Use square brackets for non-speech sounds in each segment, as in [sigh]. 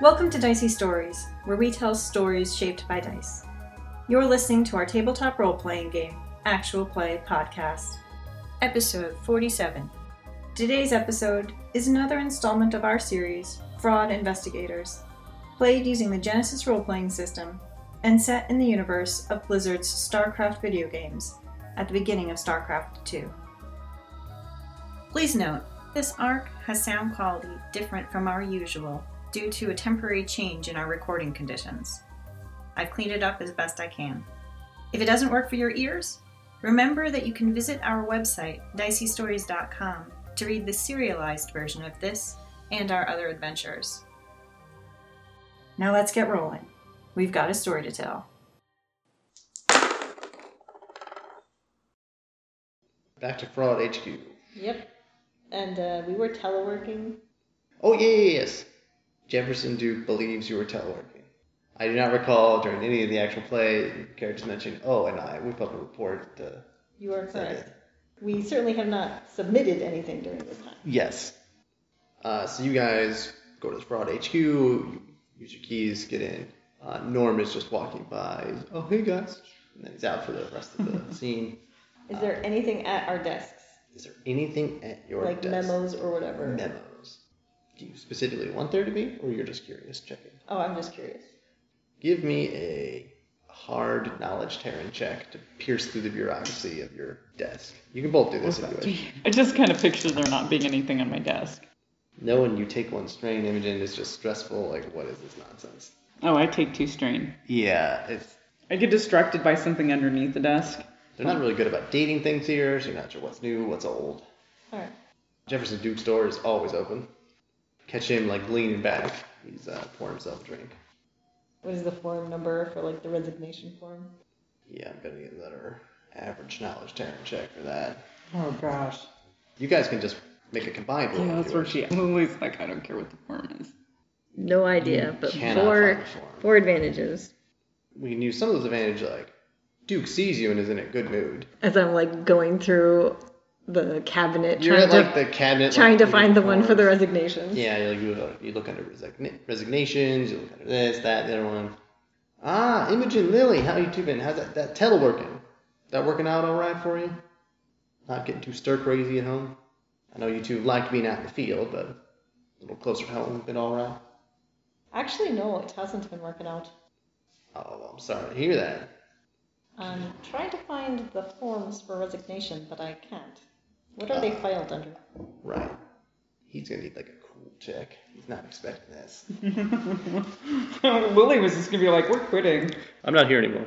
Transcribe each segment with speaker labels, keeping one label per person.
Speaker 1: Welcome to Dicey Stories, where we tell stories shaped by dice. You're listening to our tabletop role playing game, Actual Play Podcast, episode 47. Today's episode is another installment of our series, Fraud Investigators, played using the Genesis role playing system and set in the universe of Blizzard's StarCraft video games at the beginning of StarCraft 2. Please note, this arc has sound quality different from our usual due to a temporary change in our recording conditions. I've cleaned it up as best I can. If it doesn't work for your ears, remember that you can visit our website, diceystories.com, to read the serialized version of this and our other adventures. Now let's get rolling. We've got a story to tell.
Speaker 2: Back to Fraud HQ.
Speaker 3: Yep. And uh, we were teleworking.
Speaker 2: Oh, yeah, yeah, yes. Jefferson Duke believes you were teleworking. I do not recall during any of the actual play characters mentioned, oh, and I, we probably report uh, the.
Speaker 3: You are correct.
Speaker 2: Okay.
Speaker 3: We certainly have not submitted anything during this time.
Speaker 2: Yes. Uh, so you guys go to the Fraud HQ, you use your keys, get in. Uh, Norm is just walking by. He's, oh, hey, guys. And then he's out for the
Speaker 3: [laughs]
Speaker 2: rest of the scene.
Speaker 3: Is there anything at our desks,
Speaker 2: Is there anything at your
Speaker 3: like
Speaker 2: desk?
Speaker 3: memos or whatever?
Speaker 2: Memos. Do you specifically want there to be, or you're just curious? Checking.
Speaker 3: Oh, I'm just curious.
Speaker 2: Give me a hard knowledge Terran check to pierce through the bureaucracy of your desk. You can both do this if you wish.
Speaker 4: I just kind of picture there not being anything on my desk.
Speaker 2: Knowing you take one strain, Imogen, is just stressful. Like, what is this nonsense?
Speaker 4: Oh, I take two strain.
Speaker 2: Yeah, it's
Speaker 4: I get distracted by something underneath the desk.
Speaker 2: they're not really good about dating things here, so you're not sure what's new, what's old.
Speaker 3: All right.
Speaker 2: Jefferson Duke's door is always open. Catch him like leaning back. He's uh, pouring himself a drink.
Speaker 3: What is the form number for like the resignation form?
Speaker 2: Yeah, I'm gonna get another average knowledge Terran check for that.
Speaker 4: Oh gosh.
Speaker 2: You guys can just make a combined roll.
Speaker 4: Yeah,
Speaker 2: if
Speaker 4: that's
Speaker 2: you
Speaker 4: where
Speaker 2: wish.
Speaker 4: she. [laughs] I'm always like, I don't care what the form [laughs] is.
Speaker 5: No idea,
Speaker 2: You
Speaker 5: but
Speaker 2: cannot
Speaker 5: four
Speaker 2: find a form.
Speaker 5: four advantages.
Speaker 2: we can use some of those advantages. Like Duke sees you and is in a good mood.
Speaker 5: As I'm like going through the cabinet
Speaker 2: You're
Speaker 5: trying
Speaker 2: at
Speaker 5: to
Speaker 2: like the cabinet,
Speaker 5: trying
Speaker 2: like,
Speaker 5: to
Speaker 2: looking
Speaker 5: find the one for the
Speaker 2: forms.
Speaker 5: resignation.
Speaker 2: Yeah, you, you, look- you look under resign- resignations. You look under this, that, the other one. Ah, Imogen Lily, how you two been? How's that, that teleworking? That working out all right for you? Not getting too stir crazy at home. I know you two like being out in the field, but a little closer to home, been all right.
Speaker 3: Actually, no, it hasn't been working out.
Speaker 2: Oh, I'm sorry to hear that.
Speaker 3: I'm trying Um, to find the forms for resignation, but I can't. What are they filed under?
Speaker 2: Right. He's gonna need like a cool check. He's not expecting this.
Speaker 4: Lily was just gonna be like, we're [laughs] quitting.
Speaker 2: I'm not here anymore.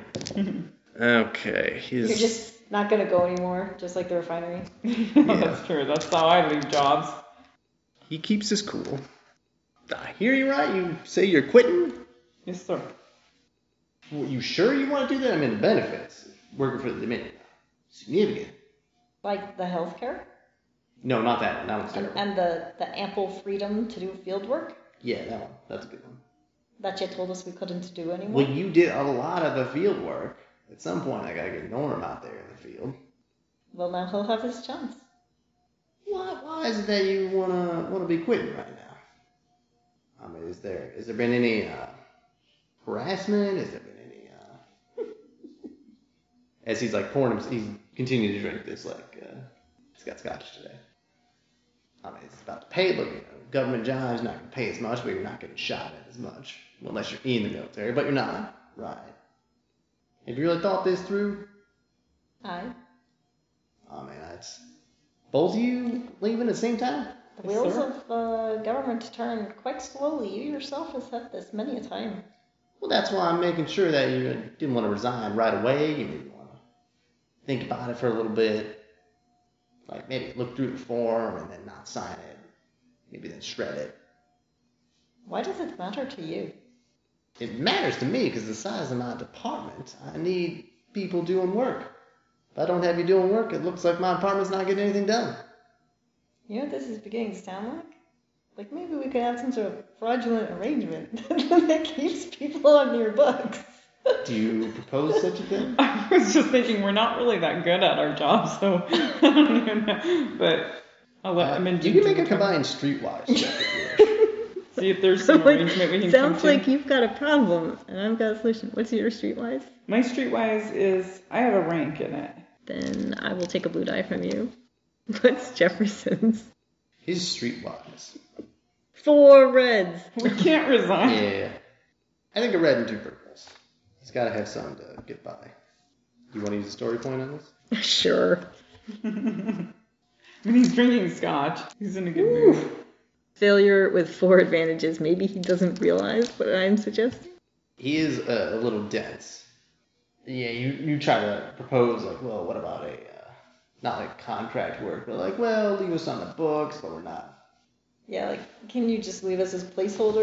Speaker 2: okay. He's
Speaker 3: Mm-hmm. You're just not gonna go anymore, just like the refinery. [laughs]
Speaker 4: that's true. That's how I leave jobs.
Speaker 2: he keeps his cool. I hear you right. You say you're quitting.
Speaker 4: Yes, sir. [laughs]
Speaker 2: Well, you sure you want to do that? I mean, the benefits working for the Dominion significant.
Speaker 3: Like the healthcare
Speaker 2: No, not that. one. That one's
Speaker 3: and,
Speaker 2: terrible.
Speaker 3: and the, the ample freedom to do field work
Speaker 2: yeah, that one. That's a good one.
Speaker 3: that you told us we couldn't do anymore.
Speaker 2: Well, you did a lot of the field work. At some point, I gotta get Norm out there in the field.
Speaker 3: Well, now he'll have his chance.
Speaker 2: Why, why is it that you wanna wanna be quitting right now? I mean, is there has there been any uh, harassment? Has there been any? Uh... [laughs] As he's like pouring, him, he's continuing to drink this like uh, he's got scotch today. I mean, it's about the pay. Look, you know, government jobs not gonna pay as much, but you're not getting shot at as much well, unless you're in the military. But you're not, right? Have you really thought this through?
Speaker 3: Aye.
Speaker 2: I mean, that's both of you leaving at the same time.
Speaker 3: The wheels
Speaker 4: sir.
Speaker 3: of the government turn quite slowly. You yourself have said this many a time.
Speaker 2: Well, that's why I'm making sure that you didn't want to resign right away. You maybe want to think about it for a little bit. Like maybe look through the form and then not sign it. Maybe then shred it.
Speaker 3: Why does it matter to you?
Speaker 2: It matters to me because the size of my department, I need people doing work. If I don't have you doing work, it looks like my department's not getting anything done.
Speaker 3: You know what this is beginning to sound like? Like maybe we could have some sort of fraudulent arrangement [laughs] that keeps people on your books.
Speaker 2: Do you propose such a thing?
Speaker 4: I was just thinking we're not really that good at our jobs, so [laughs] I don't even know. But I'll let. [laughs] I mean, [laughs]
Speaker 2: you can make a combined streetwise check if you wish.
Speaker 4: See if [laughs] there's
Speaker 3: [laughs]
Speaker 4: some
Speaker 5: Like,
Speaker 4: arrangement we can
Speaker 5: Sounds
Speaker 4: come to.
Speaker 5: like you've got a problem and I've got a solution. What's your streetwise?
Speaker 4: My streetwise is I have a rank in it.
Speaker 5: Then I will take a blue die from you. [laughs] What's Jefferson's?
Speaker 2: He's streetwise.
Speaker 5: Four reds.
Speaker 4: We can't [laughs] resign.
Speaker 2: Yeah. I think a red and two purples. He's got to have something to get by. You want to use a story point on this?
Speaker 5: [laughs] Sure.
Speaker 4: I mean, he's drinking scotch. He's in a good mood.
Speaker 5: Failure with four advantages. Maybe he doesn't realize what I'm suggesting.
Speaker 2: He is uh, a little dense. Yeah, you, you try to propose, like, well, what about a, uh, not like contract work, but like, well, leave us on the books, but we're not.
Speaker 3: Yeah, like, can you just leave us as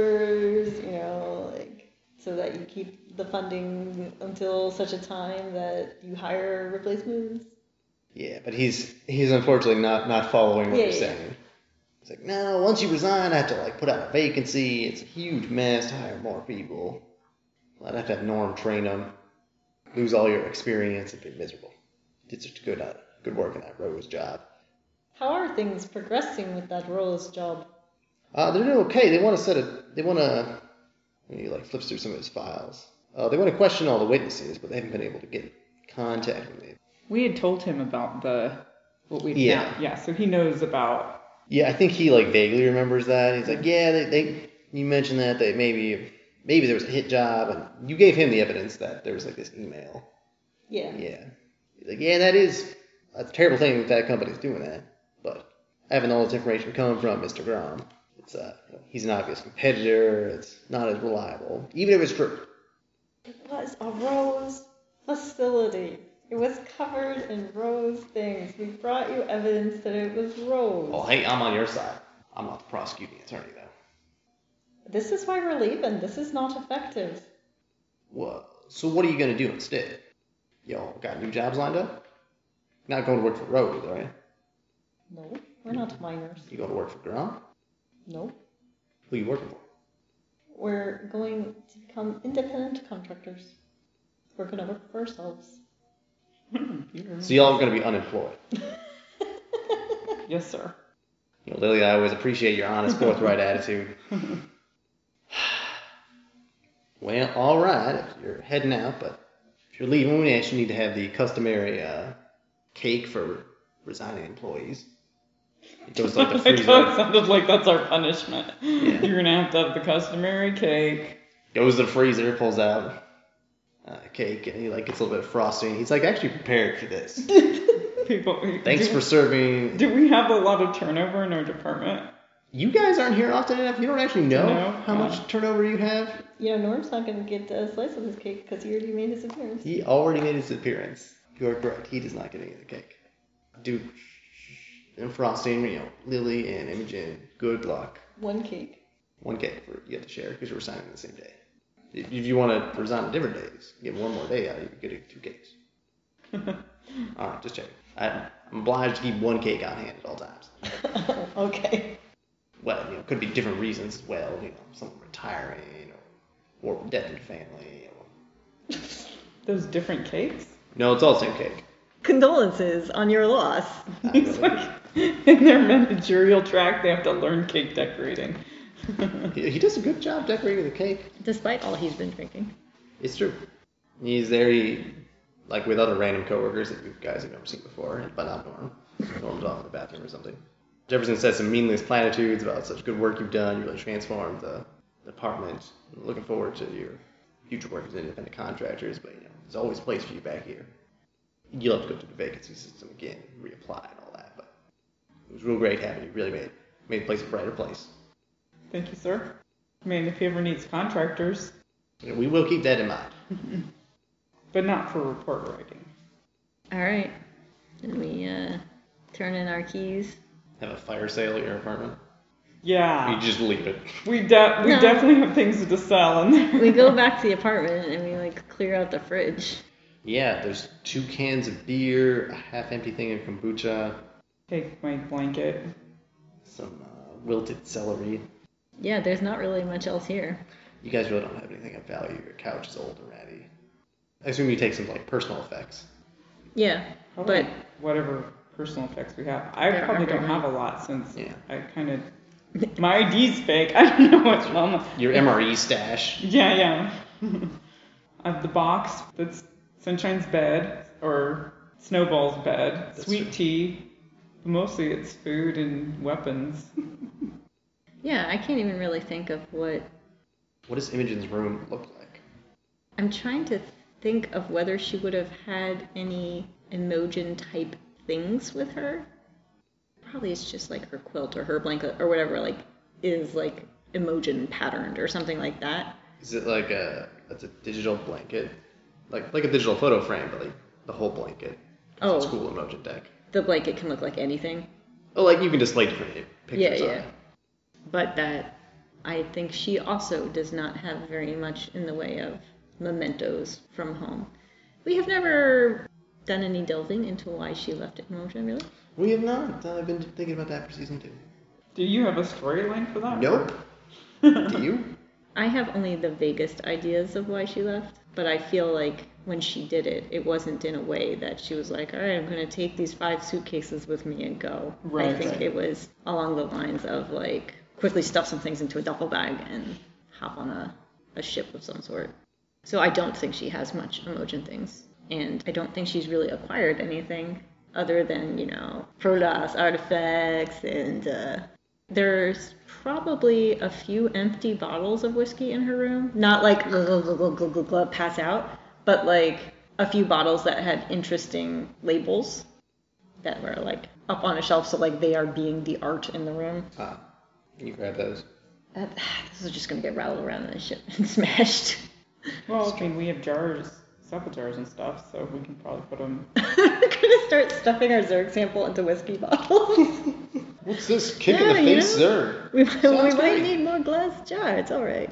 Speaker 3: placeholders, you know, like, so that you keep the funding until such a time that you hire replacements?
Speaker 2: Yeah, but he's he's unfortunately not not following what
Speaker 3: Yeah,
Speaker 2: you're
Speaker 3: yeah.
Speaker 2: saying. He's like, no, once you resign, I have to like put out a vacancy. It's a huge mess to hire more people. Well, I'd have to have Norm train them, lose all your experience, and be miserable. Did such good uh, good work in that Rose job.
Speaker 3: How are things progressing with that Rollis job?
Speaker 2: Uh, they're doing okay. They want to set a they want to. He like flips through some of his files. Uh, they want to question all the witnesses, but they haven't been able to get in contact with them.
Speaker 4: We had told him about the what we
Speaker 2: Yeah.
Speaker 4: yeah yeah, so he knows about
Speaker 2: Yeah, I think he like vaguely remembers that. He's like, yeah, they, they you mentioned that they maybe maybe there was a hit job, and you gave him the evidence that there was like this email.
Speaker 3: Yeah.
Speaker 2: Yeah, he's like, yeah, that is a terrible thing that that company's doing that, but having all this information come from Mr. Grom, it's uh, he's an obvious competitor. It's not as reliable, even if it's true.
Speaker 3: It was a Rose facility. It was covered in Rose things. We brought you evidence that it was Rose.
Speaker 2: Well, hey, I'm on your side. I'm not the prosecuting attorney though.
Speaker 3: This is why we're leaving. This is not effective.
Speaker 2: Well, so what are you gonna do instead? Y'all got new jobs lined up? Not going to work for Rose, are you?
Speaker 3: No, we're not minors.
Speaker 2: You going to work for Grom?
Speaker 3: No.
Speaker 2: Who you working for?
Speaker 3: We're going to become independent contractors. We're going to work for ourselves. [laughs]
Speaker 2: So y'all are going to be unemployed.
Speaker 4: yes sir.
Speaker 2: You know, Lily, I always appreciate your honest, forthright attitude. well, all right, if you're heading out, but if you're leaving, we actually need to have the customary uh, cake for resigning employees. It goes
Speaker 4: [laughs]
Speaker 2: like the
Speaker 4: Like how it
Speaker 2: freezer.
Speaker 4: sounded like that's our punishment. You're gonna have to have the customary
Speaker 2: [laughs]
Speaker 4: cake.
Speaker 2: goes to the freezer, pulls out uh, cake, and he like gets a little bit of frosting. He's like actually prepared for
Speaker 4: [laughs]
Speaker 2: this.
Speaker 4: People
Speaker 2: Thanks
Speaker 4: do,
Speaker 2: for serving.
Speaker 4: Do we have a lot of turnover in our department?
Speaker 2: You guys aren't here often enough. You don't actually know
Speaker 4: No,
Speaker 2: how
Speaker 4: no.
Speaker 2: much turnover you have.
Speaker 3: You know, Norm's not going to get a slice of this cake because he already made his appearance.
Speaker 2: He already made his appearance. You are correct. He does not get any of the cake. Duke and Frosting, you know, Lily and Imogen, good luck.
Speaker 3: One cake. [laughs]
Speaker 2: One cake for you have to share because you were signing the same day. If if you want to resign on different days, get one more day out, you could get two
Speaker 4: [laughs]
Speaker 2: cakes. all right, just check. I'm obliged to keep one cake on hand at all times.
Speaker 3: okay.
Speaker 2: Well, you know, could be different reasons as well. You know, someone retiring or, or death in the family. Or...
Speaker 4: Those different cakes? [laughs]
Speaker 2: No, it's all the same cake.
Speaker 5: Condolences on your loss.
Speaker 4: It's like in their managerial track they have to learn cake decorating. [laughs]
Speaker 2: He he does a good job decorating the cake.
Speaker 5: Despite all he's been drinking.
Speaker 2: It's true. He's there, he, like with other random coworkers that you guys have never seen before, but not Norm. Norm's off in the bathroom or something. Jefferson says some meaningless platitudes about such good work you've done. You really transformed the department. Looking forward to your future work as independent contractors, but you know, there's always a place for you back here. You'll have to go through the vacancy system again, reapply and all that, but it was real great having you. Really made made the place a brighter place.
Speaker 4: Thank you, sir. I mean if he ever needs contractors,
Speaker 2: And we will keep that in mind.
Speaker 4: but not for report writing.
Speaker 5: All right. And we uh, turn in our keys.
Speaker 2: Have a fire sale at your apartment.
Speaker 4: Yeah.
Speaker 2: You just leave it.
Speaker 4: We de- we
Speaker 5: No.
Speaker 4: definitely have things to sell in there.
Speaker 3: [laughs]
Speaker 5: We go back to the apartment and we like clear out the fridge.
Speaker 2: Yeah, there's two cans of beer, a half empty thing of kombucha,
Speaker 4: Take my blanket.
Speaker 2: some uh, wilted celery.
Speaker 5: Yeah, there's not really much else here.
Speaker 2: You guys really don't have anything of value. Your couch is old and ratty. I assume you take some like personal effects.
Speaker 5: Yeah,
Speaker 4: Probably
Speaker 5: but
Speaker 4: whatever personal effects we have. I
Speaker 5: There
Speaker 4: probably
Speaker 5: aren't
Speaker 4: don't
Speaker 5: any.
Speaker 4: have a lot since
Speaker 2: Yeah.
Speaker 4: I kind of My ID's fake. [laughs] I don't know what's wrong. with- [laughs]
Speaker 2: Your MRE stash.
Speaker 4: Yeah, yeah. [laughs] I have the box that's Sunshine's bed or Snowball's bed,
Speaker 2: That's
Speaker 4: sweet
Speaker 2: right.
Speaker 4: tea. Mostly it's food and weapons.
Speaker 5: Yeah, I can't even really think of what.
Speaker 2: What does Imogen's room look like?
Speaker 5: I'm trying to think of whether she would have had any emoji type things with her. Probably it's just like her quilt or her blanket or whatever, like, is like emoji patterned or something like that.
Speaker 2: Is it like a that's a digital blanket, like like a digital photo frame, but like the whole blanket? 'Cause
Speaker 5: Oh.
Speaker 2: it's cool Imogen deck.
Speaker 5: The blanket can look like anything.
Speaker 2: Oh, like you can display different pictures
Speaker 5: yeah.
Speaker 2: on it.
Speaker 5: but that I think she also does not have very much in the way of mementos from home. We have never done any delving into why she left it in motion, really.
Speaker 2: We have not. uh, I've been thinking about that for season two.
Speaker 4: Do you have a storyline for that?
Speaker 2: Nope. Do you?
Speaker 5: I have only the vaguest ideas of why she left, but I feel like when she did it, it wasn't in a way that she was like, all right, I'm going to take these five suitcases with me and go. I
Speaker 4: Right.
Speaker 5: think it was along the lines of like, quickly stuff some things into a duffel bag and hop on a, a ship of some sort. So I don't think she has much emotion things. And I don't think she's really acquired anything other than, you know, Prolas artifacts and uh, there's probably a few empty bottles of whiskey in her room. Not like glug, glug, glug, glug, glug, glug, glug, pass out, but like a few bottles that had interesting labels that were like up on a shelf. So like they are being the art in the room.
Speaker 2: Ah, you grab those.
Speaker 5: That, [sighs] this is just gonna get rattled around in the ship [laughs] and smashed.
Speaker 4: Well, I mean, we have jars, supple jars and stuff, so we can probably put them.
Speaker 5: [laughs] We're gonna start stuffing our Zerg sample into whiskey bottles. [laughs]
Speaker 2: What's this kick in the
Speaker 5: Yeah, you
Speaker 2: face,
Speaker 5: know?
Speaker 2: sir?
Speaker 5: we we
Speaker 2: Sounds
Speaker 5: might
Speaker 2: great.
Speaker 5: need more glass jar. It's all right.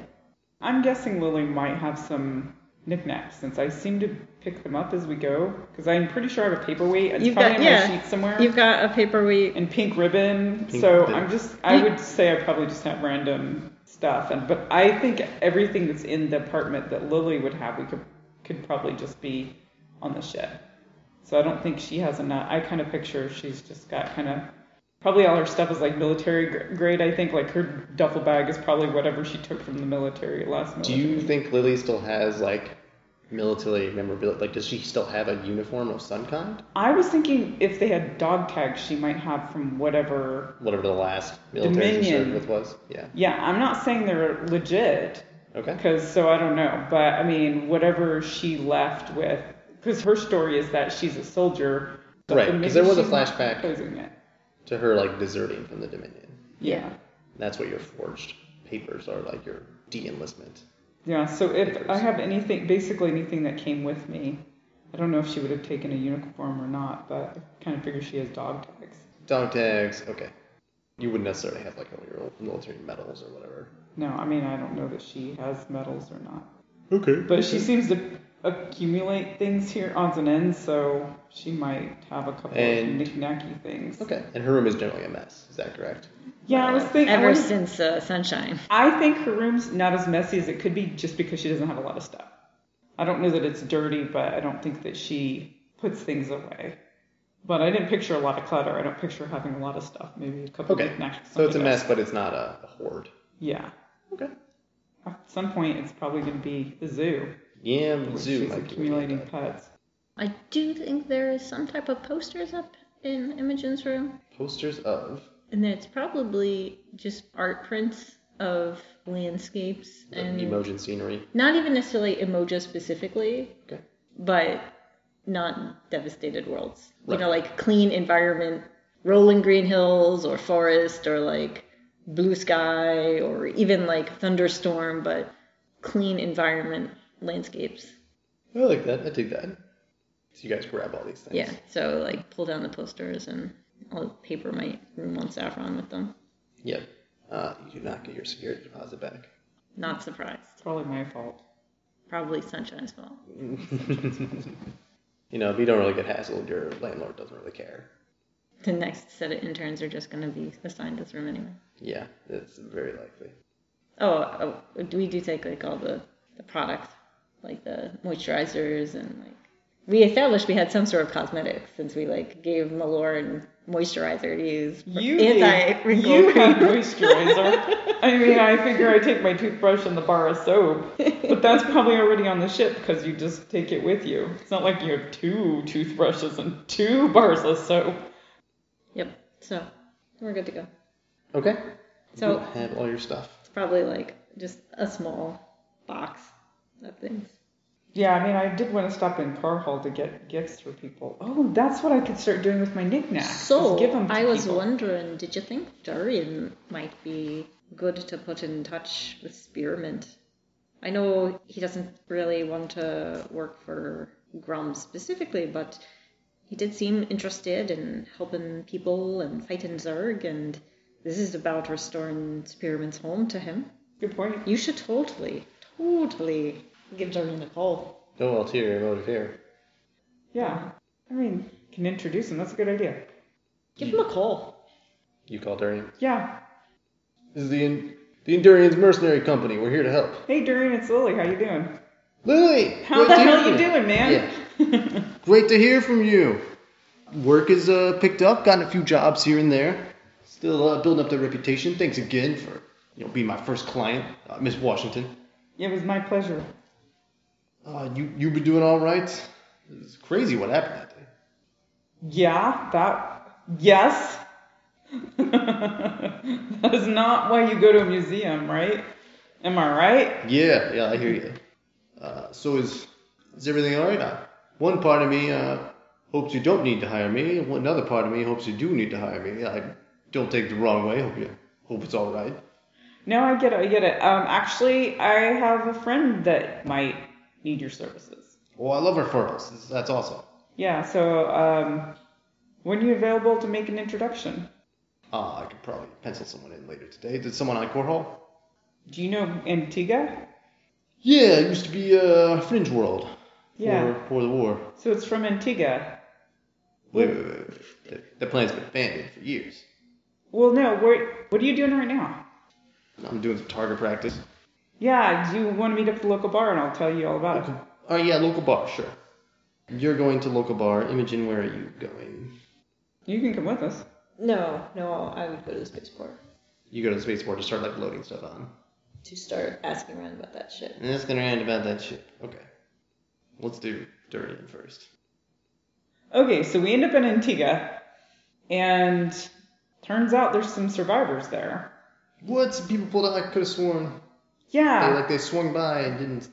Speaker 4: I'm guessing Lily might have some knickknacks since I seem to pick them up as we go because I'm pretty sure I have a paperweight. It's
Speaker 5: You've
Speaker 4: probably
Speaker 5: got
Speaker 4: in
Speaker 5: yeah.
Speaker 4: my sheet somewhere.
Speaker 5: You've got a paperweight.
Speaker 4: and pink ribbon.
Speaker 2: Pink
Speaker 4: so
Speaker 2: ribbon.
Speaker 4: I'm just I would say I probably just have random stuff and but I think everything that's in the apartment that Lily would have we could could probably just be on the ship. So I don't think she has enough. I kind of picture she's just got kind of probably all her stuff is like military gr- grade. I think like her duffel bag is probably whatever she took from the military last
Speaker 2: Do
Speaker 4: military.
Speaker 2: you think Lily still has like military memorabilia? Like, does she still have a uniform of some kind?
Speaker 4: I was thinking if they had dog tags she might have from whatever
Speaker 2: Whatever the last military she served
Speaker 4: Dominion.
Speaker 2: with was. Yeah.
Speaker 4: Yeah, I'm not saying they're legit,
Speaker 2: Okay.
Speaker 4: because so I don't know. But I mean, whatever she left with, because her story is that she's a soldier. but
Speaker 2: Right, 'cause
Speaker 4: maybe
Speaker 2: there was a
Speaker 4: she's not
Speaker 2: flashback.
Speaker 4: proposing it.
Speaker 2: To her, like deserting from the Dominion.
Speaker 4: Yeah.
Speaker 2: That's what your forged papers are like your de enlistment.
Speaker 4: Yeah, so if I
Speaker 2: Papers.
Speaker 4: have anything, basically anything that came with me, I don't know if she would have taken a uniform or not, but I kind of figure she has dog tags.
Speaker 2: Dog tags, okay. You wouldn't necessarily have like all your old military medals or whatever.
Speaker 4: No, I mean, I don't know that she has medals or not.
Speaker 2: Okay.
Speaker 4: But she seems to accumulate things here, odds and ends, so she might have a couple
Speaker 2: And-
Speaker 4: of knick-knacky things.
Speaker 2: Okay. And her room is generally a mess, is that correct?
Speaker 4: Yeah, I was thinking. I,
Speaker 5: Ever
Speaker 4: was-
Speaker 5: since uh, Sunshine.
Speaker 4: I think her room's not as messy as it could be just because she doesn't have a lot of stuff. I don't know that it's dirty, but I don't think that she puts things away. But I didn't picture a lot of clutter. I don't picture having a lot of stuff. Maybe a couple
Speaker 2: Okay.
Speaker 4: of knickknacks.
Speaker 2: So it's a
Speaker 4: something
Speaker 2: mess, but it's not a, a hoard.
Speaker 4: else. Yeah.
Speaker 2: Okay.
Speaker 4: At some point, it's probably going to be the zoo.
Speaker 2: Yeah,
Speaker 4: where
Speaker 2: zoo
Speaker 4: She's
Speaker 2: might be where
Speaker 4: accumulating
Speaker 2: you got
Speaker 4: pets.
Speaker 5: I do think there is some type of posters up in Imogen's room,
Speaker 2: Posters of
Speaker 5: and then it's probably just art prints of landscapes
Speaker 2: the
Speaker 5: and
Speaker 2: Emojin scenery.
Speaker 5: not even necessarily emoji specifically,
Speaker 2: Okay.
Speaker 5: but not devastated worlds. You know,
Speaker 2: Right.
Speaker 5: like clean environment, rolling green hills or forest or like blue sky or even like thunderstorm, but clean environment landscapes.
Speaker 2: I like that. I dig that. So you guys grab all these things.
Speaker 5: Yeah, so like pull down the posters and I'll paper my room on Saffron with them.
Speaker 2: Yep. Uh, you do not get your security deposit back. [laughs]
Speaker 5: Not surprised.
Speaker 4: It's probably my fault.
Speaker 5: Probably Sunshine's fault.
Speaker 2: You know, if you don't really get hassled, your landlord doesn't really care.
Speaker 5: The next set of interns are just going to be assigned this room anyway.
Speaker 2: Yeah, it's very likely.
Speaker 5: Oh, oh we do take like all the, the products, like the moisturizers and like we established we had some sort of cosmetics since we like gave Maloran moisturizer to use. for
Speaker 4: You
Speaker 5: anti
Speaker 4: need, you
Speaker 5: wrinkle
Speaker 4: [laughs] need moisturizer. [laughs] I mean, I figure I take my toothbrush and the bar of soap, but that's probably already on the ship because you just take it with you. It's not like you have two toothbrushes and two [laughs] bars of soap.
Speaker 5: Yep. So we're good to go.
Speaker 2: Okay.
Speaker 5: So-
Speaker 2: You have all your stuff.
Speaker 5: It's probably like just a small box of things.
Speaker 4: Yeah, I mean, I did want to stop in Carhall to get gifts for people. Oh, that's what I could start doing with my knickknacks. is
Speaker 5: So
Speaker 4: give 'em to
Speaker 5: I was
Speaker 4: people.
Speaker 5: wondering, did you think Durian might be good to put in touch with Spearmint? I know he doesn't really want to work for Grum specifically, but he did seem interested in helping people and fighting Zerg, and this is about restoring Spearmint's home to him.
Speaker 4: Good point.
Speaker 5: You should totally, totally give Durian a call.
Speaker 2: No ulterior motive here.
Speaker 4: Yeah. I mean, can introduce him. That's a good idea.
Speaker 5: Give him a call.
Speaker 2: You call Durian.
Speaker 4: Yeah.
Speaker 2: This is the the Endurian's mercenary company. We're here to help.
Speaker 4: Hey, Durian, it's Lily. How you doing?
Speaker 2: Lily,
Speaker 4: How
Speaker 2: great
Speaker 4: the
Speaker 2: to hear
Speaker 4: hell
Speaker 2: from
Speaker 4: you doing, man?
Speaker 2: Great to hear from you. Work is uh, picked up. Gotten a few jobs here and there. Still uh, building up the reputation. Thanks again for you know being my first client, uh, Miss Washington.
Speaker 4: [laughs] It was my pleasure.
Speaker 2: Uh, you you been doing all right? It's crazy what happened that day.
Speaker 4: Yeah, that. Yes. [laughs] that is not why you go to a museum, right? Am I right?
Speaker 2: Yeah, yeah, I hear you. Uh, so is is everything all right? Uh, one part of me uh, hopes you don't need to hire me. and Another part of me hopes you do need to hire me. I don't take it the wrong way. Hope you hope it's all right.
Speaker 4: No, I get it. I get it. Um, actually, I have a friend that might need your services.
Speaker 2: Well, Oh, I love referrals. This- That's awesome.
Speaker 4: Yeah. So, um, when are you available to make an introduction?
Speaker 2: Uh, I could probably pencil someone in later today. Did someone on Court Hall?
Speaker 4: Do you know Antigua?
Speaker 2: Yeah, it used to be uh, Fringe World
Speaker 4: Yeah.
Speaker 2: for, for the war.
Speaker 4: So it's from Antigua.
Speaker 2: Wait, wait, wait, wait. The, the plan's been abandoned for years.
Speaker 4: Well, no. What What are you doing right now?
Speaker 2: I'm doing some target practice.
Speaker 4: Yeah. Do you want to meet up at the local bar, and I'll tell you all about it.
Speaker 2: Oh, yeah, local bar, sure. You're going to local bar. Imogen, where are you going?
Speaker 4: You can come with us.
Speaker 3: No, no, I would go to the spaceport
Speaker 2: You go to the spaceport to start, like, loading stuff on.
Speaker 3: to start asking around about that shit.
Speaker 2: And that's gonna end about that shit. Okay. Let's do Durian first.
Speaker 4: Okay, so we end up in Antigua, and turns out there's some survivors there.
Speaker 2: What? Some people pulled out. I could have sworn. They,
Speaker 4: Yeah,
Speaker 2: like, they swung by and didn't...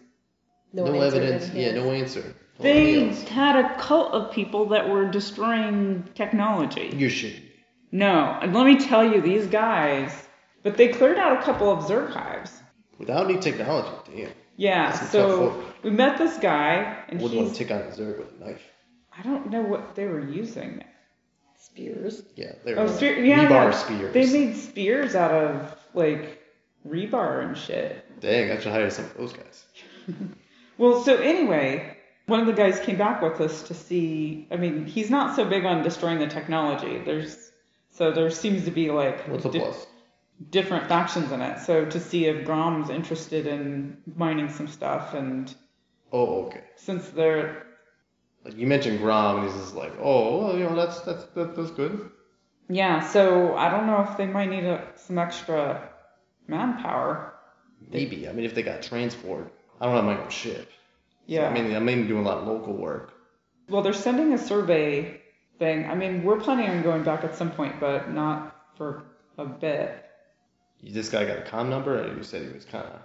Speaker 2: No,
Speaker 3: answered
Speaker 2: evidence.
Speaker 3: anything
Speaker 2: Yeah,
Speaker 3: else.
Speaker 2: no answer.
Speaker 4: they
Speaker 2: Millennials.
Speaker 4: had a cult of people that were destroying technology.
Speaker 2: You should.
Speaker 4: No, and let me tell you, these guys, but they cleared out a couple of Zerg hives.
Speaker 2: Without any technology, damn.
Speaker 4: Yeah,
Speaker 2: That's a tough
Speaker 4: so
Speaker 2: work.
Speaker 4: we met this guy, and
Speaker 2: Wouldn't want to
Speaker 4: he's,
Speaker 2: take on a Zerg with a knife.
Speaker 4: I don't know what they were using.
Speaker 3: Spears.
Speaker 2: Yeah, they're
Speaker 4: Oh,
Speaker 2: uh,
Speaker 4: spear, yeah,
Speaker 2: rebar
Speaker 4: yeah.
Speaker 2: spears.
Speaker 4: They made spears out of, like, rebar and shit.
Speaker 2: Dang, I should hire some of those guys.
Speaker 4: Well, so anyway, one of the guys came back with us to see. I mean, he's not so big on destroying the technology. There's so there seems to be like
Speaker 2: What's a
Speaker 4: di-
Speaker 2: plus?
Speaker 4: different factions in it. So to see if Grom's interested in mining some stuff, and
Speaker 2: Oh, okay.
Speaker 4: since they're
Speaker 2: Like you mentioned Grom, and he's just like, oh, well, you know, that's that's that, that's good.
Speaker 4: yeah, so I don't know if they might need a, some extra manpower.
Speaker 2: Maybe. I mean, if they got transport, I don't have my own ship.
Speaker 4: Yeah,
Speaker 2: I mean, I'm mainly doing a lot of local work.
Speaker 4: well, they're sending a survey thing. I mean, we're planning on going back at some point, but not for a bit.
Speaker 2: You, this guy got a com number, and you said he was kind of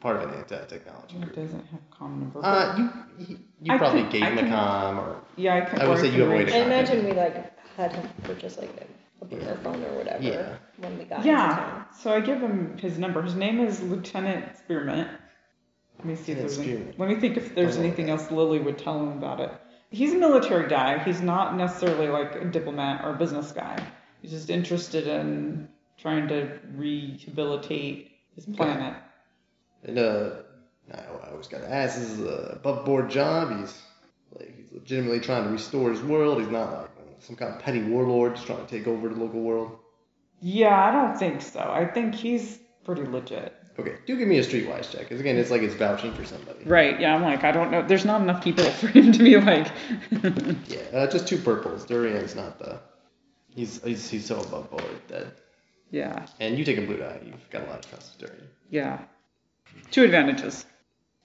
Speaker 2: part of an anti-technology
Speaker 4: It
Speaker 2: group.
Speaker 4: doesn't have common number.
Speaker 2: Uh, you you,
Speaker 4: I
Speaker 2: you probably
Speaker 4: can-
Speaker 2: gave
Speaker 4: I
Speaker 2: him
Speaker 4: can-
Speaker 2: a com, or
Speaker 4: Yeah, I, can,
Speaker 2: I would
Speaker 4: or
Speaker 2: say
Speaker 4: can
Speaker 2: you have a way
Speaker 4: reach-
Speaker 2: to
Speaker 3: I imagine we like had him purchase like a, a
Speaker 2: Yeah.
Speaker 3: phone or whatever
Speaker 2: Yeah.
Speaker 3: when we got into
Speaker 4: Yeah,
Speaker 3: town.
Speaker 4: so I give him his number. His name is Lieutenant Spearmint. Let me see
Speaker 2: Lieutenant
Speaker 4: if there's any,
Speaker 2: Spearmint.
Speaker 4: let me think if there's
Speaker 2: Hold on.
Speaker 4: anything else Lily would tell him about it. He's a military guy. He's not necessarily like a diplomat or a business guy. He's just interested in trying to rehabilitate his planet.
Speaker 2: And uh, I I always gotta ask, this is a above board job. He's like he's legitimately trying to restore his world. He's not like some kind of petty warlord just trying to take over the local world.
Speaker 4: Yeah, I don't think so. I think he's pretty legit.
Speaker 2: Okay, do give me a streetwise check, because again, it's like it's vouching for somebody.
Speaker 4: Right. Yeah. I'm like, I don't know. There's not enough people [laughs] for him to be like. [laughs]
Speaker 2: Yeah, uh, just two purples. Durian's not the. He's he's, he's so above board that.
Speaker 4: yeah.
Speaker 2: And you take a blue die, you've got a lot of trust with Durian.
Speaker 4: Yeah. Two advantages.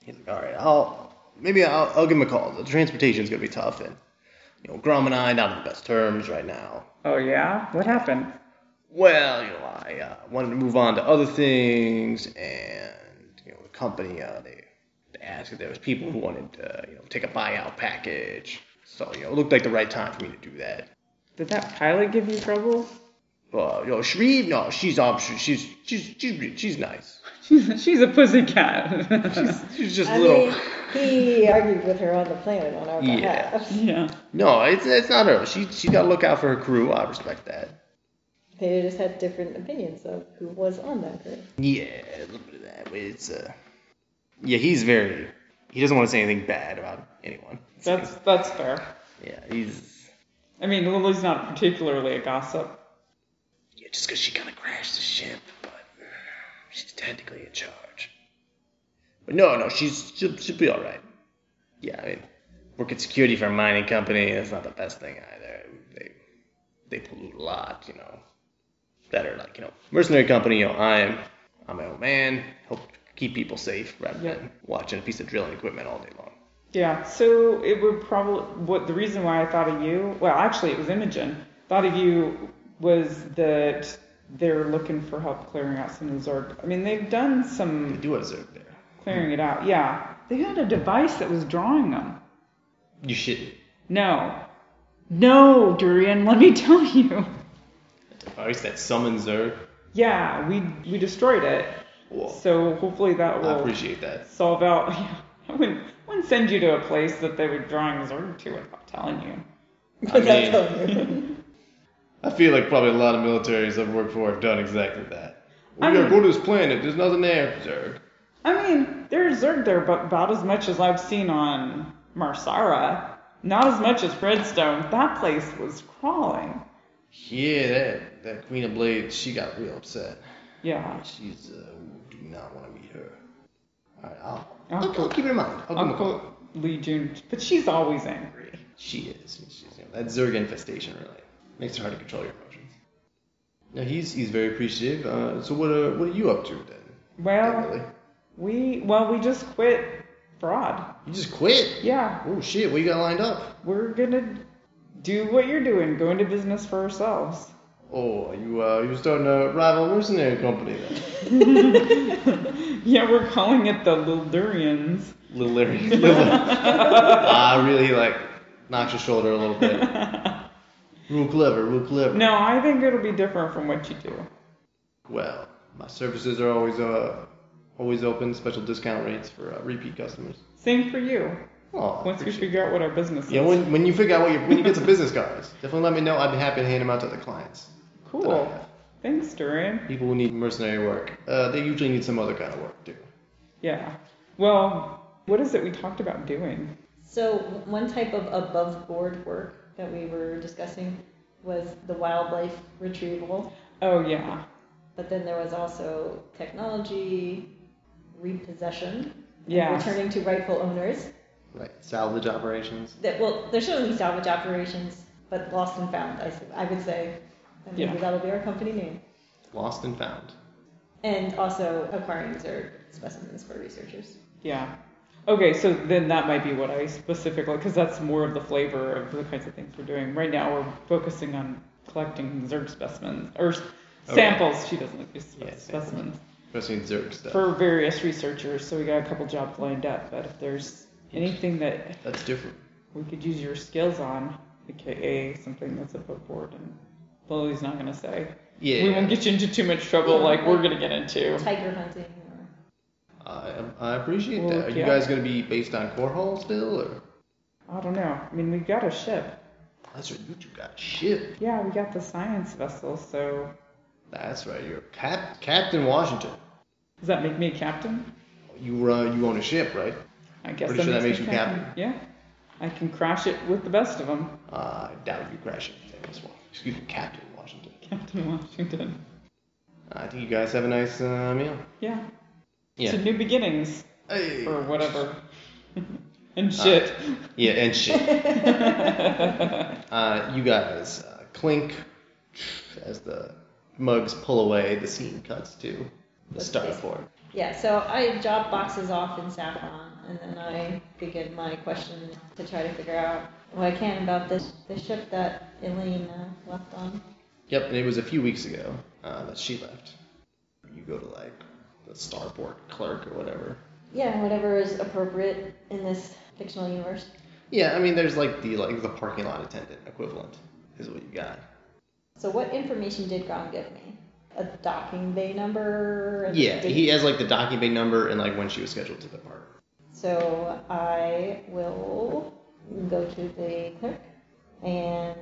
Speaker 2: He's like, all right, I'll maybe I'll, I'll give him a call. The transportation's gonna be tough, and you know, Grom and I not on the best terms right now.
Speaker 4: Oh yeah. What happened?
Speaker 2: Well, you know, I uh, wanted to move on to other things, and you know, the company uh, they, they asked if there was people who wanted to you know take a buyout package. So you know, it looked like the right time for me to do that.
Speaker 4: Did that pilot give you trouble? [laughs]
Speaker 2: Well, you know, Shreve, no, she's um, she- she's she's she's she's nice.
Speaker 4: She's she's a pussycat. [laughs] She's,
Speaker 2: She's just a
Speaker 3: I
Speaker 2: little.
Speaker 3: mean, he argued with her on the plane on our
Speaker 2: Yeah.
Speaker 3: behalf. [laughs]
Speaker 4: yeah.
Speaker 2: No, it's it's not her. She she got to look out for her crew. I respect that.
Speaker 3: They just had different opinions of who was on that crew.
Speaker 2: Yeah, a little bit of that. but It's uh, yeah, he's very. He doesn't want to say anything bad about anyone.
Speaker 4: That's that's fair.
Speaker 2: yeah, he's
Speaker 4: I mean, Lily's not particularly a gossip.
Speaker 2: yeah, just 'cause she kind of crashed the ship, but uh, she's technically in charge. But no, no, she's she'll, she'll be all right. Yeah, I mean, working security for a mining company that's not the best thing either. They they pollute a lot, you know. Better like you know, mercenary company. You know, I'm I'm my own man. Help keep people safe rather
Speaker 4: Yeah.
Speaker 2: than watching a piece of drilling equipment all day long.
Speaker 4: Yeah. So it would probably what the reason why I thought of you. Well, actually, it was Imogen. Thought of you was that they're looking for help clearing out some of the Zorg. I mean, they've done
Speaker 2: We
Speaker 4: some
Speaker 2: do observe there.
Speaker 4: clearing it out. Yeah. They had a device that was drawing them.
Speaker 2: You shouldn't.
Speaker 4: No. No, Durian, let me [laughs] tell you.
Speaker 2: Device that summons her.
Speaker 4: Yeah, we we destroyed it.
Speaker 2: Whoa.
Speaker 4: So hopefully that
Speaker 2: I
Speaker 4: will
Speaker 2: appreciate
Speaker 4: [laughs]
Speaker 2: that.
Speaker 4: solve out. I wouldn't, wouldn't send you to a place that they were drawing Zerg to without telling you.
Speaker 2: I
Speaker 3: Without
Speaker 2: mean,
Speaker 3: telling you.
Speaker 2: I feel like probably a lot of militaries I've worked for have done exactly that. We
Speaker 4: I
Speaker 2: gotta
Speaker 4: mean-
Speaker 2: go to this planet. There's nothing there, Zerg.
Speaker 4: [laughs] I mean, there's Zerg there, but about as much as I've seen on Marsara. Not as much as Redstone. That place was crawling.
Speaker 2: Yeah, that that Queen of Blades, she got real upset.
Speaker 4: Yeah.
Speaker 2: She's uh, do not want to meet her. All right, I'll,
Speaker 4: I'll
Speaker 2: I'll,
Speaker 4: go-
Speaker 2: I'll keep it in mind. I'll, give
Speaker 4: I'll
Speaker 2: him a call.
Speaker 4: quote Lee June, but she's always angry.
Speaker 2: She is. She's, you know, that Zerg infestation really makes it hard to control your emotions. Now he's he's very appreciative. Uh, so what are what are you up to then?
Speaker 4: Well,
Speaker 2: Lily?
Speaker 4: we well we just quit fraud.
Speaker 2: You just quit.
Speaker 4: Yeah,
Speaker 2: Oh shit! What you got lined up?
Speaker 4: we're gonna do what you're doing, go into business for ourselves.
Speaker 2: Oh, you uh, you're starting a rival mercenary company then.
Speaker 4: Yeah, we're calling it the Lildurians. [laughs]
Speaker 2: Little Larry. Little- [laughs] Ah, really like knocks your shoulder a little bit. Real clever, real clever.
Speaker 4: No, I think it'll be different from what you do.
Speaker 2: Well, my services are always uh always open. Special discount rates for uh, repeat customers.
Speaker 4: Same for you.
Speaker 2: Oh,
Speaker 4: Once we figure out what our business is.
Speaker 2: yeah, when, when you figure out what you when you get some business cards, definitely let me know. I'd be happy to hand them out to other clients. that I
Speaker 4: cool.
Speaker 2: have.
Speaker 4: Thanks, Durian.
Speaker 2: People who need mercenary work, uh, they usually need some other kind of work too.
Speaker 4: Yeah. Well, what is it we talked about doing?
Speaker 3: So one type of above board work that we were discussing was the wildlife retrieval,
Speaker 4: Oh yeah.
Speaker 3: but then there was also technology repossession,
Speaker 4: Yeah.
Speaker 3: returning to rightful owners.
Speaker 2: Right, salvage operations.
Speaker 3: That well, there shouldn't be salvage operations, but lost and found. I, s- I would say, and maybe
Speaker 4: Yeah.
Speaker 3: that'll be our company name.
Speaker 2: Lost and found.
Speaker 3: And also acquiring Zerg specimens for researchers.
Speaker 4: Yeah. Okay, so then that might be what I specifically, because that's more of the flavor of the kinds of things we're doing. Right now, we're focusing on collecting Zerg specimens or s samples. She doesn't use
Speaker 2: Yeah, samples.
Speaker 4: specimens
Speaker 2: Especially Zerg stuff.
Speaker 4: for various researchers. So we got a couple jobs lined up. But if there's anything that
Speaker 2: That's different.
Speaker 4: we could use your skills on, aka something that's above board, and Lily's not gonna say,
Speaker 2: Yeah.
Speaker 4: we won't get you into too much trouble
Speaker 3: Yeah.
Speaker 4: like we're gonna get into.
Speaker 3: Tiger hunting. Or,
Speaker 2: I, I appreciate that. Are
Speaker 4: Look,
Speaker 2: you
Speaker 4: yeah.
Speaker 2: guys going to be based on Corhole still, or
Speaker 4: I don't know. I mean, we've got a ship.
Speaker 2: that's right, you two got ship.
Speaker 4: Yeah, we got the science vessel, so
Speaker 2: That's right, you're Cap- Captain Washington.
Speaker 4: does that make me a captain?
Speaker 2: You were uh, you own a ship, right?
Speaker 4: I guess
Speaker 2: Pretty sure that makes
Speaker 4: me
Speaker 2: you captain.
Speaker 4: Yeah, I can crash it with the best of [laughs] them,
Speaker 2: Uh, I doubt you crash anything. That's why. Excuse me, Captain Washington.
Speaker 4: Captain Washington.
Speaker 2: I think you guys have a nice uh, meal.
Speaker 4: Yeah,
Speaker 2: Yeah.
Speaker 4: to new beginnings
Speaker 2: Hey.
Speaker 4: or whatever. [laughs]
Speaker 2: Uh,
Speaker 4: and shit.
Speaker 2: Yeah, and
Speaker 4: [laughs]
Speaker 2: shit. uh, you guys uh, clink as the mugs pull away. The scene cuts to the starboard.
Speaker 3: Yeah, so I drop boxes off in Saffron, and then I begin my question to try to figure out what I can about this the ship that Elaine uh, left on.
Speaker 2: Yep, and it was a few weeks ago uh, that she left. You go to like the starboard clerk or whatever.
Speaker 3: Yeah, whatever is appropriate in this fictional universe.
Speaker 2: Yeah, I mean, there's like the like the parking lot attendant equivalent is what you got.
Speaker 3: So, what information did Grom give me? A docking bay number? and
Speaker 2: Yeah,
Speaker 3: date?
Speaker 2: he has like the docking bay number and like when she was scheduled to depart.
Speaker 3: So I will go to the clerk and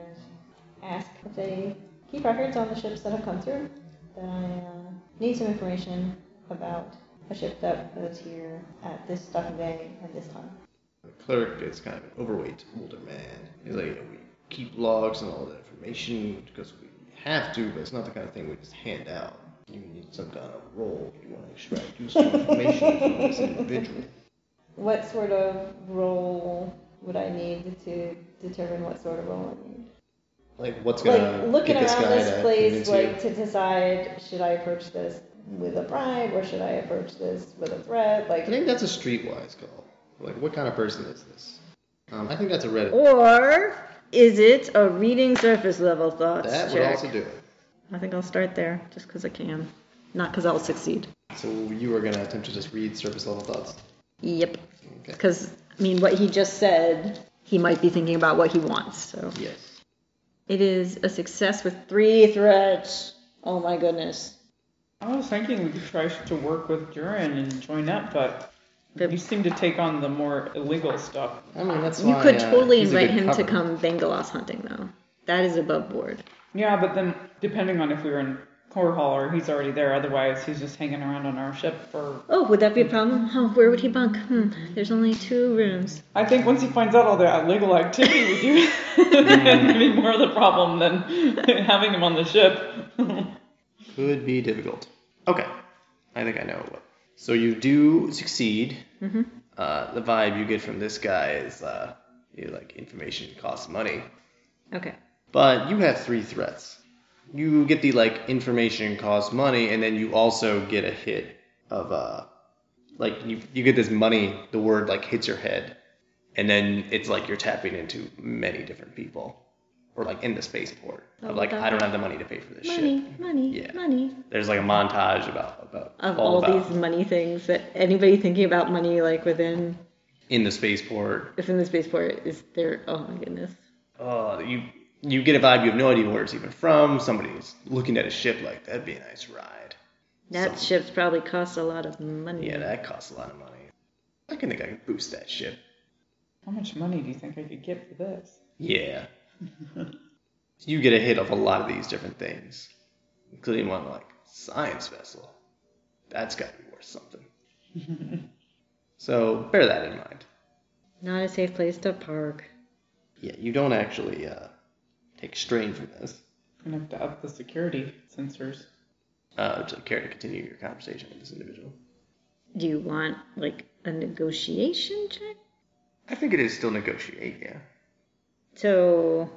Speaker 3: ask if they keep records on the ships that have come through. That I uh, need some information about a ship that was here at this docking bay at this time.
Speaker 2: The clerk is kind of an overweight older man. He's like, "Yeah, we keep logs and all that information because we have to, but it's not the kind of thing we just hand out. You need some kind of role if you want to extract useful information from this individual.
Speaker 3: What sort of role would I need to determine what sort of role I need?
Speaker 2: Like, what's gonna
Speaker 3: like looking
Speaker 2: get this
Speaker 3: around
Speaker 2: guy
Speaker 3: this
Speaker 2: to
Speaker 3: place
Speaker 2: convince
Speaker 3: like to decide should i approach this with a bribe or should i approach this with a threat
Speaker 2: you?
Speaker 3: like
Speaker 2: I think that's a streetwise call. Like, what kind of person is this? Um, I think that's a Reddit.
Speaker 5: Or is it a reading surface level thoughts
Speaker 2: that would
Speaker 5: check?
Speaker 2: also do it.
Speaker 5: I think I'll start there just because I can, not because I'll succeed.
Speaker 2: So you are gonna attempt to just read surface level thoughts.
Speaker 5: Yep.
Speaker 2: Okay.
Speaker 5: Because, I mean, what he just said, he might be thinking about what he wants. So
Speaker 2: Yes.
Speaker 5: it is a success with three threats. Oh my goodness.
Speaker 4: I was thinking we could try to work with Durin and join up, but
Speaker 5: The-
Speaker 4: you seem to take on the more illegal stuff.
Speaker 2: I mean, that's
Speaker 5: You
Speaker 2: why,
Speaker 5: could
Speaker 2: uh,
Speaker 5: totally
Speaker 2: he's a
Speaker 5: invite
Speaker 2: good
Speaker 5: him to
Speaker 2: cover.
Speaker 5: come Bangalos hunting, though. That is above board.
Speaker 4: Yeah, but then depending on if we were in Core Hall or he's already there, otherwise he's just hanging around on our ship for.
Speaker 5: Oh, would that be a problem? Huh, where would he bunk? Hmm, there's only two rooms.
Speaker 4: I think once he finds out all the illegal activity we do, [laughs] that's gonna be more of the problem than [laughs] having him on the ship. [laughs]
Speaker 2: Could be difficult. Okay, I think I know what. So you do succeed.
Speaker 5: Mm-hmm.
Speaker 2: Uh, the vibe you get from this guy is uh, you like information costs money,
Speaker 5: Okay.
Speaker 2: but you have three threats. You get the like information costs money, and then you also get a hit of uh, like you you get this money. The word like hits your head, and then it's like you're tapping into many different people, or like in the spaceport. Of, like I don't have the money to pay for this shit
Speaker 5: Oh, Money, money,
Speaker 2: Yeah.
Speaker 5: money.
Speaker 2: there's like a montage about about
Speaker 5: Of
Speaker 2: all,
Speaker 5: all,
Speaker 2: about
Speaker 5: these money things that anybody thinking about money, like within
Speaker 2: in the spaceport.
Speaker 5: within the spaceport, is there. Oh my goodness.
Speaker 2: Oh, you you get a vibe you have no idea where it's even from. Somebody's looking at a ship like that'd be a nice ride.
Speaker 5: That ship's probably cost a lot of money.
Speaker 2: Yeah, that costs a lot of money. I can think I can boost that ship.
Speaker 4: How much money do you think I could get for this?
Speaker 2: Yeah. you get a hit of a lot of these different things, including one like science vessel. That's got to be worth something. so bear that in mind.
Speaker 5: Not a safe place to park.
Speaker 2: Yeah, you don't actually uh, take strain from this.
Speaker 4: I'm gonna have to up the security sensors. [laughs]
Speaker 2: uh, to care to continue your conversation with this individual.
Speaker 5: Do you want like a negotiation check?
Speaker 2: I think it is still negotiate, yeah.
Speaker 5: So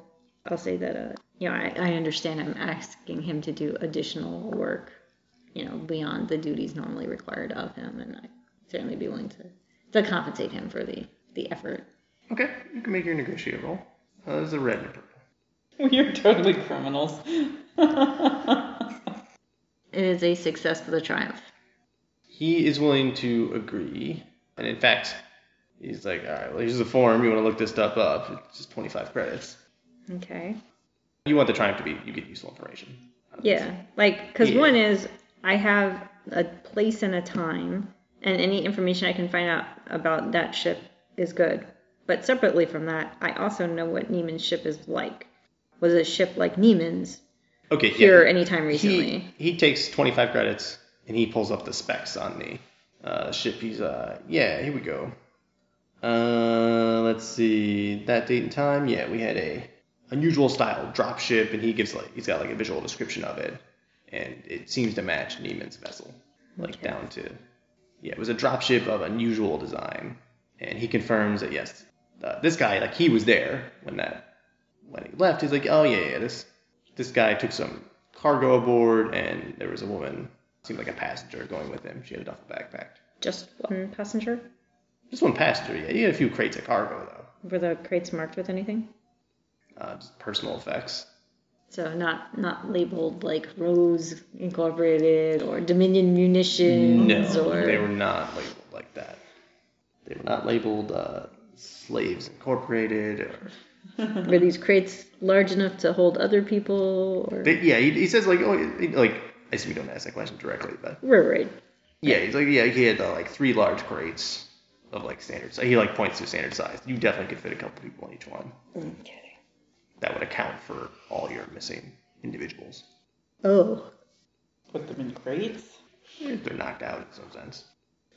Speaker 5: I'll say that uh, you know I, I understand I'm asking him to do additional work, you know, beyond the duties normally required of him, and I certainly be willing to to compensate him for the the effort.
Speaker 2: Okay, you can make your negotiate roll. Uh, there's a red and a purple.
Speaker 4: We are totally criminals. [laughs]
Speaker 5: It is a success with a triumph.
Speaker 2: He is willing to agree, and in fact, he's like, all right, well, here's the form. You want to look this stuff up? It's just 25 credits.
Speaker 5: Okay.
Speaker 2: You want the triumph to be you get useful information.
Speaker 5: Yeah, like because
Speaker 2: Yeah.
Speaker 5: one is I have a place and a time, and any information I can find out about that ship is good. But separately from that, I also know what Neiman's ship is like. Was a ship like Neiman's
Speaker 2: Okay, yeah.
Speaker 5: here anytime recently?
Speaker 2: He, he takes 25 credits and he pulls up the specs on the uh, ship. He's uh, yeah, here we go. Uh, let's see that date and time. Yeah, we had a unusual style drop ship, and he gives like he's got like a visual description of it, and it seems to match Neiman's vessel, like down to Yeah, it was a dropship of unusual design, and he confirms that yes, uh, this guy like he was there when that when he left. He's like, oh yeah, yeah, this this guy took some cargo aboard, and there was a woman seemed like a passenger going with him. She had a duffel backpack.
Speaker 5: Just one passenger?
Speaker 2: Just one passenger, yeah. He had a few crates of cargo though,
Speaker 5: Were the crates marked with anything?
Speaker 2: uh, just personal effects.
Speaker 5: So not not labeled like Rose Incorporated or Dominion Munitions
Speaker 2: No,
Speaker 5: or
Speaker 2: they were not labeled like that. They were not labeled uh, Slaves Incorporated or.
Speaker 5: were these crates large enough to hold other people or
Speaker 2: They, yeah, he, he says like, oh, he- like I assume you don't ask that question directly, but
Speaker 5: right, right.
Speaker 2: yeah, he's like, yeah, he had uh, like three large crates of like standard. So he like points to standard size. You definitely could fit a couple people in each one.
Speaker 5: Okay.
Speaker 2: That would account for all your missing individuals.
Speaker 5: Oh.
Speaker 4: Put them in crates.
Speaker 2: They're knocked out in some sense.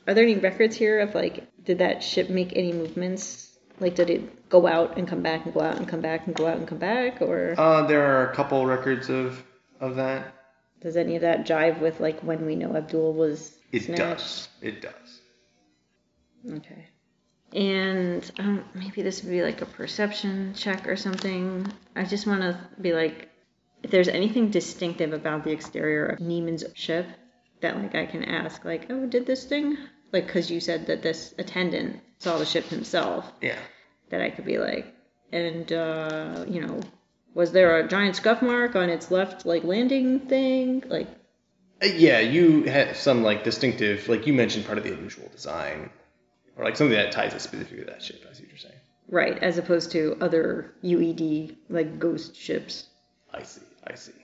Speaker 5: Are there any records here of like did that ship make any movements? Like did it go out and come back and go out and come back and go out and come back or
Speaker 2: Uh, there are a couple records of of that.
Speaker 5: does any of that jive with like when we know Abdul was
Speaker 2: It
Speaker 5: snatched?
Speaker 2: does. It does.
Speaker 5: Okay. And um, maybe this would be like a perception check or something. I just want to be like, if there's anything distinctive about the exterior of Neiman's ship that like I can ask, like, oh, did this thing? Like, because you said that this attendant saw the ship himself,
Speaker 2: Yeah.
Speaker 5: that I could be like, and uh, you know, was there a giant scuff mark on its left like landing thing? Like,
Speaker 2: Uh, Yeah, you have some like distinctive, like you mentioned, part of the unusual design, or like something that ties it specifically to that ship. I see what you're saying.
Speaker 5: right, as opposed to other UED like ghost ships.
Speaker 2: I see. I see.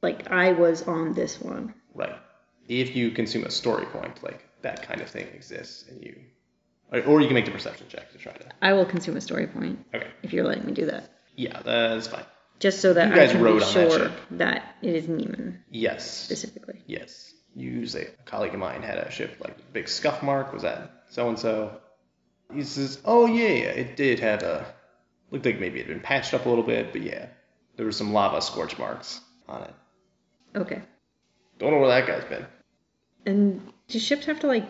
Speaker 5: like I was on this one.
Speaker 2: Right. If you consume a story point, like that kind of thing exists, and you, or- or you can make the perception check to try to.
Speaker 5: I will consume a story point
Speaker 2: Okay.
Speaker 5: if you're letting me do that,
Speaker 2: Yeah, that's fine.
Speaker 5: just so that
Speaker 2: You
Speaker 5: I
Speaker 2: guys
Speaker 5: can be
Speaker 2: rode on that
Speaker 5: sure that,
Speaker 2: ship.
Speaker 5: it is Neiman
Speaker 2: Yes.
Speaker 5: specifically.
Speaker 2: Yes. You say a colleague of mine had a ship like a big scuff mark. Was that so and so? He says, "Oh yeah, yeah, it did have a looked like maybe it had been patched up a little bit, but yeah, there were some lava scorch marks on it.
Speaker 5: Okay.
Speaker 2: Don't know where that guy's been.
Speaker 5: And do ships have to like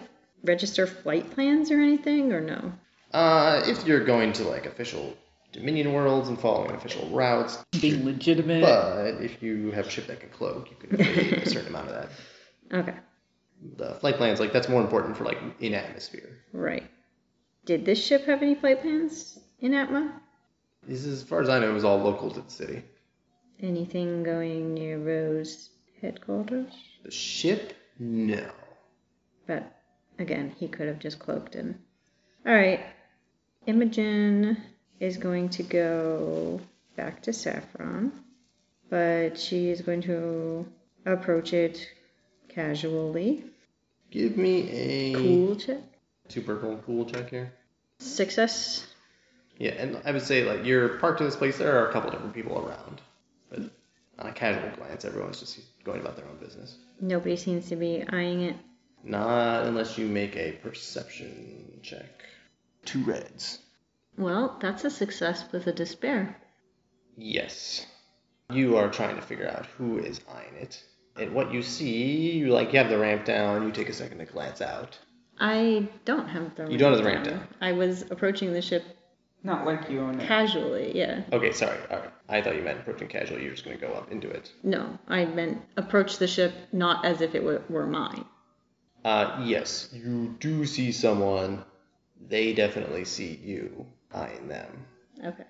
Speaker 5: register flight plans or anything or no?
Speaker 2: Uh, if you're going to like official Dominion worlds and following official routes,
Speaker 4: Being legitimate.
Speaker 2: But if you have a ship that can cloak, you can evade a certain amount of that.
Speaker 5: Okay.
Speaker 2: The flight plans, like that's more important for like in atmosphere.
Speaker 5: Right. Did this ship have any flight plans in Atma?
Speaker 2: This is, as far as I know, it was all local to the city.
Speaker 5: Anything going near Rose headquarters?
Speaker 2: The ship, no.
Speaker 5: But again, he could have just cloaked him. All right. Imogen is going to go back to Saffron, but she is going to approach it casually.
Speaker 2: Give me a
Speaker 5: Cool check.
Speaker 2: two purple cool check here.
Speaker 5: Success.
Speaker 2: Yeah, and I would say like you're parked in this place. There are a couple different people around, but on a casual glance, everyone's just going about their own business.
Speaker 5: Nobody seems to be eyeing it.
Speaker 2: Not unless you make a perception check. Two reds.
Speaker 5: Well, that's a success with a despair.
Speaker 2: Yes. You are trying to figure out who is eyeing it. And what you see, you like you have the ramp down, you take a second to glance out.
Speaker 5: I don't have the
Speaker 2: You don't have the ramp down.
Speaker 5: I was approaching the ship
Speaker 4: Not like you own it.
Speaker 5: casually, yeah.
Speaker 2: Okay, sorry, alright. I thought you meant approaching casual, you're just gonna go up into it.
Speaker 5: No, I meant approach the ship not as if it were, were mine.
Speaker 2: Uh yes, you do see someone. They definitely see you eyeing them.
Speaker 5: Okay.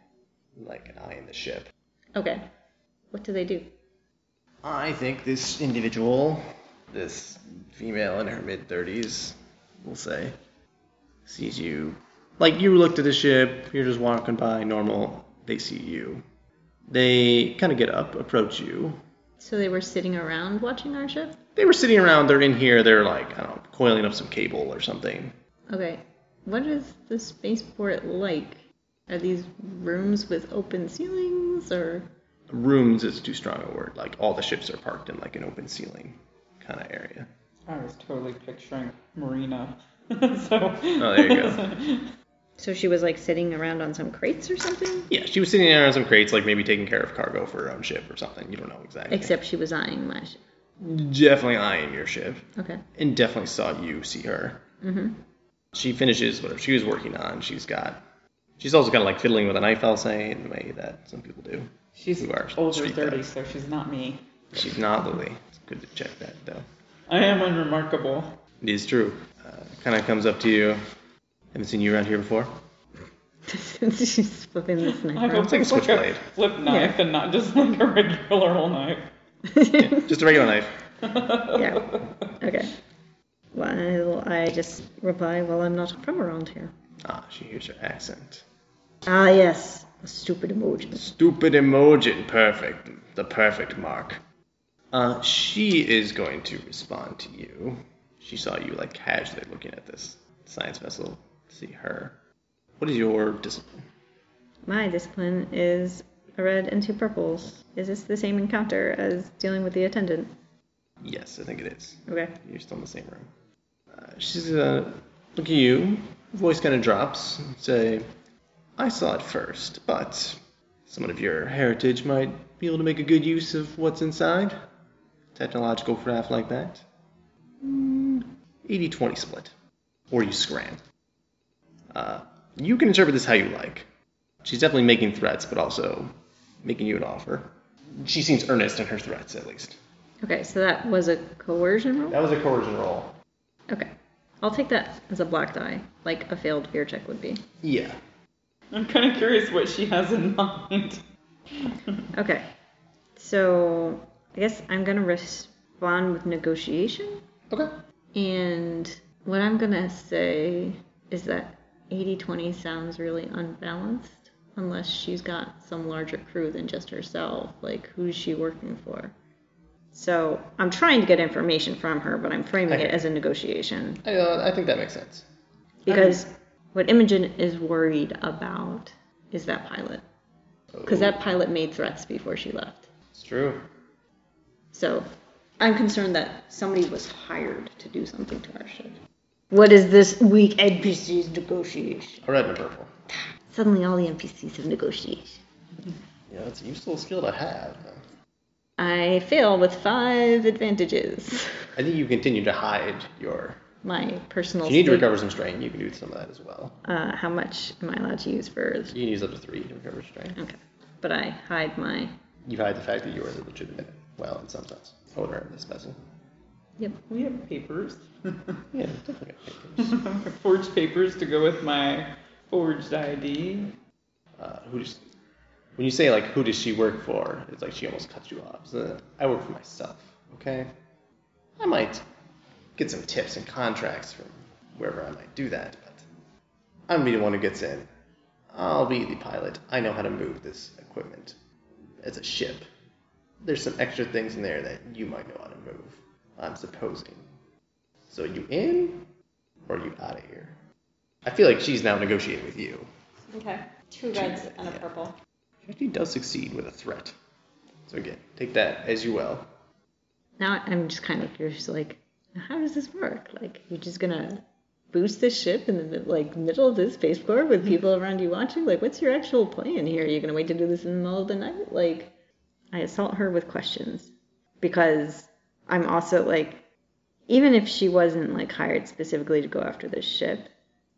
Speaker 2: Like eyeing the ship.
Speaker 5: Okay. What do they do?
Speaker 2: I think this individual, this female in her mid 30s, we'll say, sees you. Like you looked at the ship, you're just walking by normal, they see you. They kind of get up, approach you.
Speaker 5: So they were sitting around watching our ship?
Speaker 2: They were sitting around, they're in here, they're like, I don't know, coiling up some cable or something.
Speaker 5: Okay. What is the spaceport like? Are these rooms with open ceilings or
Speaker 2: Rooms is too strong a word. Like all the ships are parked in like an open ceiling kind of area.
Speaker 4: I was totally picturing Marina. [laughs] so.
Speaker 2: Oh, there you go.
Speaker 5: so she was like sitting around on some crates or something?
Speaker 2: Yeah, she was sitting there on some crates, like maybe taking care of cargo for her own ship or something. You don't know exactly.
Speaker 5: Except she was eyeing my ship.
Speaker 2: Definitely eyeing your ship.
Speaker 5: Okay. [laughs]
Speaker 2: and definitely saw you see her.
Speaker 5: Mm-hmm.
Speaker 2: She finishes whatever she was working on. She's got. She's also kind of like fiddling with a knife, I'll say, in the way that some people do.
Speaker 4: [laughs] She's
Speaker 2: You are
Speaker 4: older
Speaker 2: street
Speaker 4: 30,
Speaker 2: dogs.
Speaker 4: so she's not me.
Speaker 2: She's not Lily. It's good to check that, though.
Speaker 4: I am unremarkable.
Speaker 2: It is true. Uh, kind of comes up to you. Haven't seen you around here before.
Speaker 5: She's flipping this [laughs]
Speaker 4: I
Speaker 5: knife.
Speaker 4: hope
Speaker 2: like a
Speaker 4: it's like a
Speaker 2: switchblade.
Speaker 4: flip knife and not just [laughs] like a regular old knife.
Speaker 2: Yeah, just a regular knife.
Speaker 5: yeah. Okay. Well, I just reply, well, I'm not from around here.
Speaker 2: Ah, she hears your accent.
Speaker 5: Ah, yes. A stupid emoji.
Speaker 2: Stupid emoji. Perfect. The perfect mark. Uh, she is going to respond to you. She saw you like casually looking at this science vessel. See her. What is your discipline?
Speaker 5: My discipline is a red and two purples. Is this the same encounter as dealing with the attendant?
Speaker 2: Yes, I think it is.
Speaker 5: Okay.
Speaker 2: You're still in the same room. Uh, she's gonna look at you. Voice kind of drops. and Say, I saw it first, but someone of your heritage might be able to make a good use of what's inside. Technological craft like that. 80 20 split. Or you scram. Uh, you can interpret this how you like. She's definitely making threats, but also making you an offer. She seems earnest in her threats, at least.
Speaker 5: Okay, so that was a coercion roll?
Speaker 2: That was a coercion roll.
Speaker 5: Okay. I'll take that as a black die, like a failed fear check would be.
Speaker 2: Yeah.
Speaker 4: [laughs] I'm kind of curious what she has in mind.
Speaker 5: Okay. So I guess I'm going to respond with negotiation.
Speaker 2: Okay.
Speaker 5: And what I'm going to say is that 80 20 sounds really unbalanced unless she's got some larger crew than just herself. Like, who's she working for? So I'm trying to get information from her, but I'm framing it
Speaker 2: Okay.
Speaker 5: as a negotiation
Speaker 2: I, uh, I think that makes sense.
Speaker 5: because what Imogen is worried about is that pilot. Because that pilot made threats before she left.
Speaker 2: It's true.
Speaker 5: So I'm concerned that somebody was hired to do something to our ship. What is this weak NPC's negotiation?
Speaker 2: A red and a purple.
Speaker 5: Suddenly all the NPCs have negotiation.
Speaker 2: Yeah, that's a useful skill to have.
Speaker 5: I fail with five advantages. [laughs]
Speaker 2: I think you continue to hide your.
Speaker 5: My personal
Speaker 2: If you need to
Speaker 5: state-
Speaker 2: recover some strain, you can do some of that as well.
Speaker 5: uh, how much am I allowed to use for
Speaker 2: You can use up to three to recover strain.
Speaker 5: okay. But I hide my
Speaker 2: You hide the fact that you are the legitimate, well, in some sense, owner of this vessel.
Speaker 5: Yep.
Speaker 4: We have papers. [laughs]
Speaker 2: Yeah, definitely. got papers.
Speaker 4: forged papers to go with my forged ID.
Speaker 2: uh, who does, when you say, like, who does she work for, it's like she almost cuts you off. So, I work for myself, okay? I might get some tips and contracts from wherever I might do that, but I'm gonna be the one who gets in. I'll be the pilot. I know how to move this equipment. It's a ship. There's some extra things in there that you might know how to move, I'm supposing. So you in or you out of here? I feel like she's now negotiating with you.
Speaker 3: Okay. Two reds and a purple.
Speaker 2: She actually does succeed with a threat. So again, take that as you will.
Speaker 5: now I'm just kind of curious, like, how does this work? Like, you're just gonna boost this ship in the mid- like middle of this space floor with people around you watching? Like, what's your actual plan here? Are you gonna wait to do this in the middle of the night? Like, I assault her with questions because I'm also like, even if she wasn't like hired specifically to go after this ship,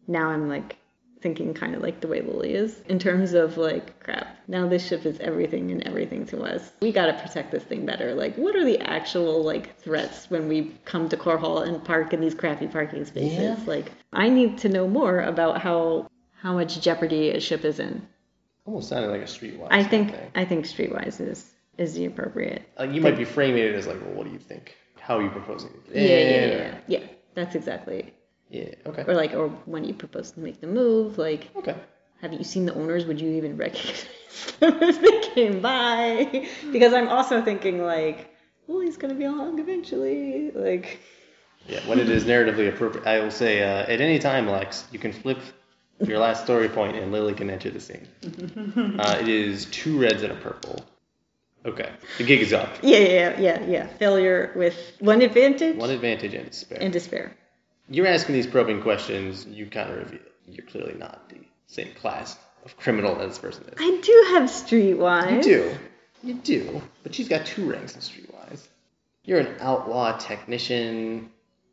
Speaker 5: now I'm like thinking kind of like the way Lily is in terms of like crap. Now this ship is everything and everything to us. We got to protect this thing better. Like what are the actual like threats when we come to Core Hall and park in these crappy parking spaces?
Speaker 2: Yeah.
Speaker 5: Like I need to know more about how how much jeopardy a ship is in.
Speaker 2: Almost sounded like a streetwise.
Speaker 5: I think
Speaker 2: thing.
Speaker 5: I think streetwise is is the appropriate.
Speaker 2: Uh, you might be framing it as like, well, what do you think? How are you proposing to get
Speaker 5: Yeah, yeah,
Speaker 2: in?
Speaker 5: yeah. Yeah, Eh, yeah that's exactly.
Speaker 2: yeah. Yeah. Okay.
Speaker 5: Or like or when you propose to make the move, like
Speaker 2: Okay.
Speaker 5: have you seen the owners? Would you even [laughs] recognize them if they came by? Because I'm also thinking like, well, he's gonna be along eventually. Like,
Speaker 2: Yeah. When it is narratively appropriate, I will say uh, at any time, Lex, you can flip to your last story point, and Lily can enter the
Speaker 5: [laughs]
Speaker 2: scene. Uh, it is two reds and a purple. Okay. The gig is up.
Speaker 5: yeah, yeah, yeah, yeah. Failure with one advantage
Speaker 2: One advantage and despair.
Speaker 5: and despair.
Speaker 2: You're asking these probing questions. You kind of reveal you're clearly not the same class of criminal as this person is.
Speaker 5: I do have streetwise.
Speaker 2: You do. You do. But she's got two ranks in Streetwise. You're an outlaw technician.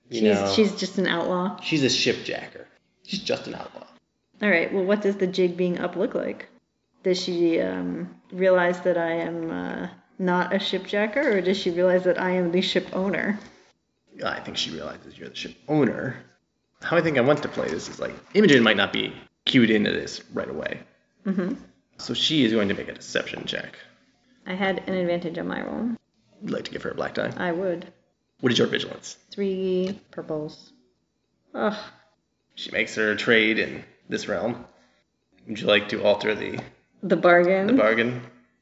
Speaker 2: You
Speaker 5: she's
Speaker 2: know,
Speaker 5: she's just an outlaw.
Speaker 2: she's a shipjacker. She's just an outlaw.
Speaker 5: All right. Well, what does the jig being up look like? Does she um, realize that I am uh, not a shipjacker, or does she realize that I am the ship owner?
Speaker 2: I think she realizes you're the ship owner. How I think I want to play this is like Imogen might not be cued into this right away.
Speaker 5: Mhm.
Speaker 2: So she is going to make a deception check.
Speaker 5: I had an advantage on my roll.
Speaker 2: You'd like to give her a black die.
Speaker 5: I would.
Speaker 2: What is your vigilance?
Speaker 5: Three purples. Ugh.
Speaker 2: She makes her trade in this realm. Would you like to alter the,
Speaker 5: The bargain.
Speaker 2: the bargain?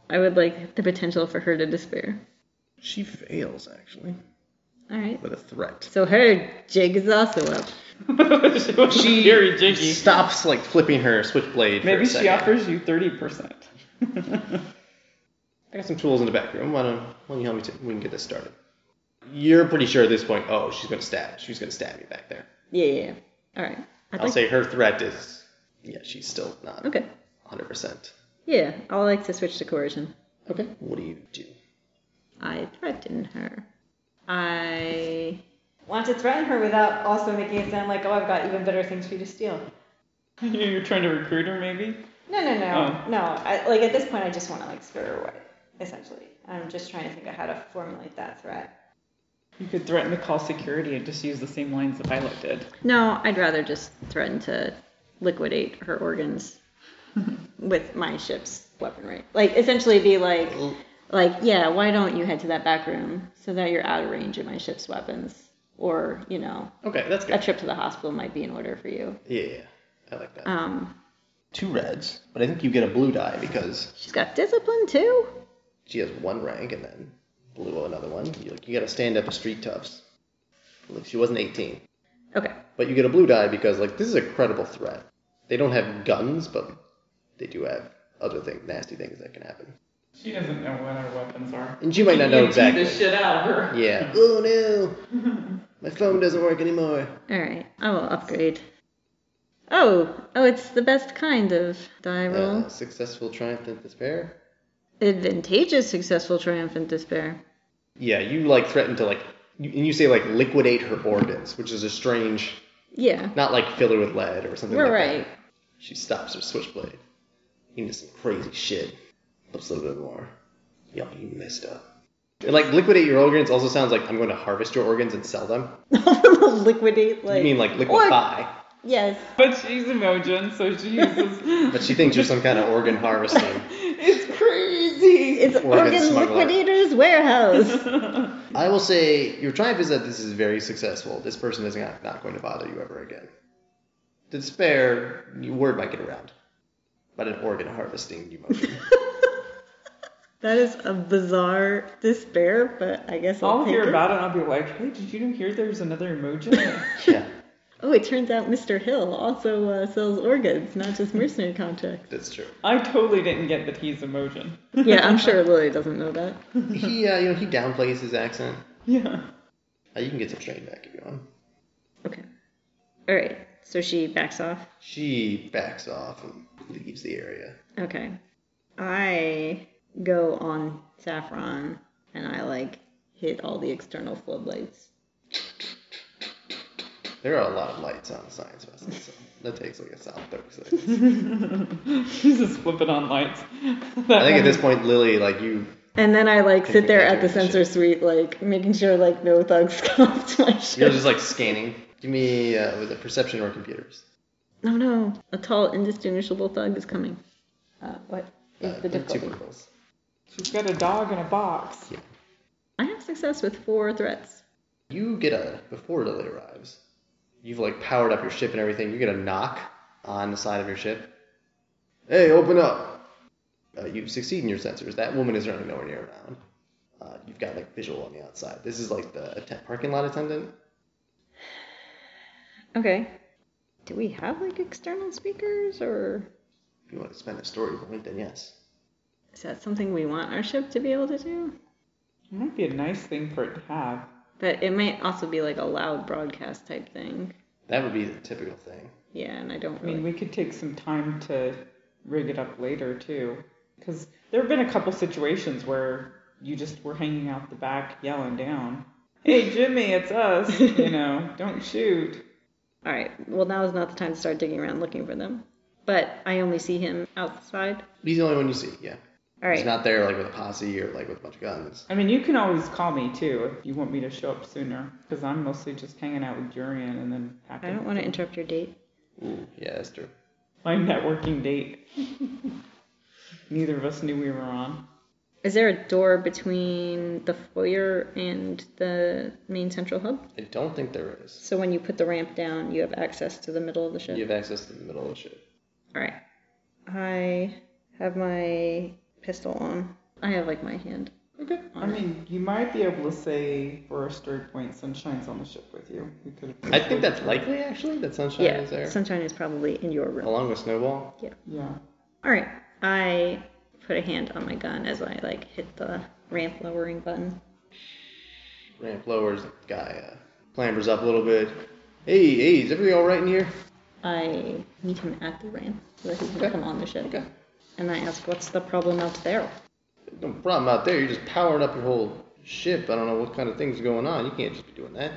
Speaker 5: I would like the potential for her to despair.
Speaker 2: She fails, actually,
Speaker 5: All right.
Speaker 2: with a threat.
Speaker 5: So her jig is also up.
Speaker 4: [laughs] she was very jiggy.
Speaker 2: Stops, like, flipping her switchblade. for a
Speaker 4: Maybe she
Speaker 2: second.
Speaker 4: offers you thirty percent.
Speaker 2: I got some tools in the back room. Why don't, why don't you help me? T- we can get this started. You're pretty sure at this point, oh, she's going to stab. She's going to stab me back there.
Speaker 5: Yeah, yeah. yeah. All right. I'd
Speaker 2: I'll
Speaker 5: like.
Speaker 2: say her threat is, yeah, she's still not
Speaker 5: Okay.
Speaker 2: 100%.
Speaker 5: Yeah, I would like to switch to coercion.
Speaker 2: Okay. What do you do?
Speaker 5: I threaten her. I
Speaker 3: Want to threaten her without also making it sound like, oh, I've got even better things for you to steal.
Speaker 4: [laughs] You're trying to recruit her, maybe.
Speaker 3: No, no, no,
Speaker 4: Oh.
Speaker 3: no. I, like at this point, I just want to like scare her away. Essentially, I'm just trying to think of how to formulate that threat.
Speaker 4: You could threaten to call security and just use the same lines that Violet did.
Speaker 5: no. I'd rather just threaten to liquidate
Speaker 3: [laughs]
Speaker 5: her organs with my ship's weaponry. Like essentially be like, like yeah. Why don't you head to that back room so that you're out of range of my ship's weapons? Or you know,
Speaker 2: Okay, that's
Speaker 5: a
Speaker 2: good.
Speaker 5: trip to the hospital might be in order for you.
Speaker 2: Yeah, yeah, yeah. I like that.
Speaker 5: Um,
Speaker 2: Two reds, but I think you get a blue die because
Speaker 5: she's got discipline too.
Speaker 2: she has one rank and then blue another one. You, you got to stand up to street toughs. Like she wasn't 18,
Speaker 5: Okay.
Speaker 2: but you get a blue die because like this is a credible threat. They don't have guns, but they do have other things, nasty things that can happen.
Speaker 4: She doesn't know what our weapons are.
Speaker 2: And she might not know
Speaker 4: You can chew
Speaker 2: exactly.
Speaker 4: the shit out of her.
Speaker 2: Yeah. [laughs] Oh no,
Speaker 4: [laughs]
Speaker 2: my phone doesn't work anymore.
Speaker 5: All right, I will upgrade. Oh, oh, it's the best kind of die roll.
Speaker 2: Uh, successful triumphant despair.
Speaker 5: Advantageous, successful, triumphant despair.
Speaker 2: Yeah, you like threaten to like, you, and you say like liquidate her organs, which is a strange,
Speaker 5: Yeah, [laughs]
Speaker 2: not like fill her with lead or something.
Speaker 5: we're
Speaker 2: like
Speaker 5: right.
Speaker 2: That. She stops her switchblade. You did some crazy shit. Ups a little bit more. Yup, you messed up. And like liquidate your organs also sounds like I'm going to harvest your organs and sell them.
Speaker 5: Liquidate, like
Speaker 2: You mean like liquefy?
Speaker 5: yes.
Speaker 4: But she's emojin, so
Speaker 2: [laughs]
Speaker 4: she uses.
Speaker 2: But she thinks you're some kind of
Speaker 5: [laughs]
Speaker 2: organ harvesting. [laughs]
Speaker 4: it's crazy.
Speaker 5: It's
Speaker 2: Organ
Speaker 5: organ
Speaker 2: smuggler.
Speaker 5: liquidators warehouse. [laughs]
Speaker 2: I will say your triumph is that this is very successful. This person is not, not going to bother you ever again. Despair, you- word might get around. But an organ harvesting
Speaker 5: [laughs]
Speaker 2: emotion.
Speaker 5: that is a bizarre despair, but I guess I'll,
Speaker 4: I'll
Speaker 5: take
Speaker 4: hear
Speaker 5: it.
Speaker 4: about it and I'll be like, hey, did you hear there's
Speaker 2: [laughs]
Speaker 4: another emojin?
Speaker 2: yeah.
Speaker 5: Oh, it turns out Mr. Hill also uh, sells organs, not just mercenary contracts.
Speaker 2: That's true.
Speaker 4: I totally didn't get that he's emojin.
Speaker 5: Yeah, I'm sure Lily doesn't know that.
Speaker 2: He, uh, you know, he downplays his accent.
Speaker 4: [laughs] Yeah. [laughs]
Speaker 2: Uh, you can get some train back if you want.
Speaker 5: Okay. All right. So she backs off.
Speaker 2: She backs off and leaves the area.
Speaker 5: Okay. I go on Saffron and I like hit all the external floodlights.
Speaker 2: There are a lot of lights on the science festival, so that takes like a solid 30 seconds.
Speaker 4: She's just flipping on lights.
Speaker 2: I think at this point, Lily, like you,
Speaker 5: And then I like sit there at the
Speaker 2: Configuration.
Speaker 5: sensor suite, like making sure like no thugs [laughs] come to my
Speaker 2: you're
Speaker 5: ship.
Speaker 2: just like scanning. Give me, uh, was it perception or computers?
Speaker 5: No, no, a tall, indistinguishable thug is coming. Uh, what is
Speaker 2: Uh,
Speaker 5: the
Speaker 2: they're two
Speaker 5: difficulty?
Speaker 2: purples.
Speaker 4: [laughs] She's got a dog in a box.
Speaker 5: I have success with four threats.
Speaker 2: You get a before Lily arrives. You've like powered up your ship and everything. You get a knock on the side of your ship. Hey, open up! Uh, you succeed in your sensors. That woman is running nowhere near around. Uh, you've got like visual on the outside. This is like the atten- parking lot attendant.
Speaker 5: Okay. Do we have like external speakers or
Speaker 2: If you want to spend a story point, then yes.
Speaker 5: is that something we want our ship to be able to do?
Speaker 4: It might be a nice thing for it to have.
Speaker 5: But it might also be like a loud broadcast type thing.
Speaker 2: That would be the typical thing.
Speaker 5: Yeah, and I don't
Speaker 4: I mean,
Speaker 5: really.
Speaker 4: we could take some time to rig it up later, too. Because there have been a couple situations where you just were hanging out the back yelling down. hey Jimmy,
Speaker 5: [laughs]
Speaker 4: it's us. You know, don't shoot.
Speaker 5: All right. Well, now is not the time to start digging around looking for them. But I only see him outside.
Speaker 2: He's the only one you see. Yeah.
Speaker 5: All
Speaker 2: He's
Speaker 5: right.
Speaker 2: not there like with a posse or like with a bunch of guns.
Speaker 4: I mean, you can always call me too if you want me to show up sooner, because I'm mostly just hanging out with Jurian and then
Speaker 5: I
Speaker 4: packing.
Speaker 5: don't want to interrupt your date.
Speaker 2: Ooh, yeah, that's true.
Speaker 4: my networking date. Neither of us knew we were on.
Speaker 5: Is there a door between the foyer and the main central hub?
Speaker 2: I don't think there is.
Speaker 5: So when you put the ramp down, you have access to the middle of the ship?
Speaker 2: You have access to the middle of the ship.
Speaker 5: All right. I have my pistol on. I have like my hand.
Speaker 4: Okay. I mean, you might be able to say for a straight point, sunshine's on the ship with you. You could.
Speaker 2: I think that's likely actually that sunshine
Speaker 5: yeah.
Speaker 2: is there
Speaker 5: Sunshine is probably in your room.
Speaker 2: along with snowball.
Speaker 4: Yeah.
Speaker 5: All right. I put a hand on my gun as I like hit the ramp lowering button.
Speaker 2: Ramp lowers. Guy uh, clambers up a little bit. Hey, hey, is everything all right in here?
Speaker 5: I meet him at the ramp so that he can
Speaker 2: Okay.
Speaker 5: come on the ship.
Speaker 2: Okay.
Speaker 5: And I ask, what's the problem out there?
Speaker 2: No problem out there. You're just powering up your whole ship. I don't know what kind of things are going on. You can't just be doing that.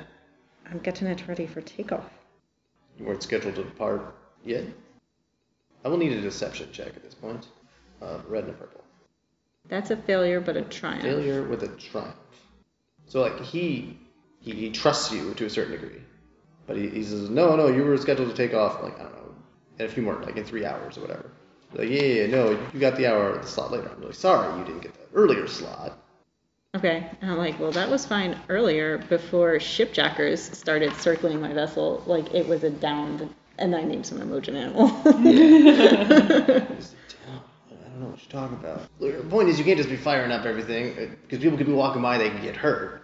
Speaker 5: I'm getting it ready for takeoff.
Speaker 2: You weren't scheduled to depart yet. I will need a deception check at this point. Uh, red and a purple.
Speaker 5: That's a failure, but a triumph.
Speaker 2: Failure with a triumph. So like he he, he trusts you to a certain degree, but he, he says no no you were scheduled to take off like I don't know in a few more like in three hours or whatever. Like yeah, yeah no you got the hour the slot later. I'm really sorry you didn't get the earlier slot.
Speaker 5: Okay. And I'm like, well, that was fine earlier before shipjackers started circling my vessel. Like, it was a downed, and I named some emojin animal.
Speaker 2: He said, "Damn, I don't know what you're talking about. Look, The point is, you can't just be firing up everything because people could be walking by, they can get hurt.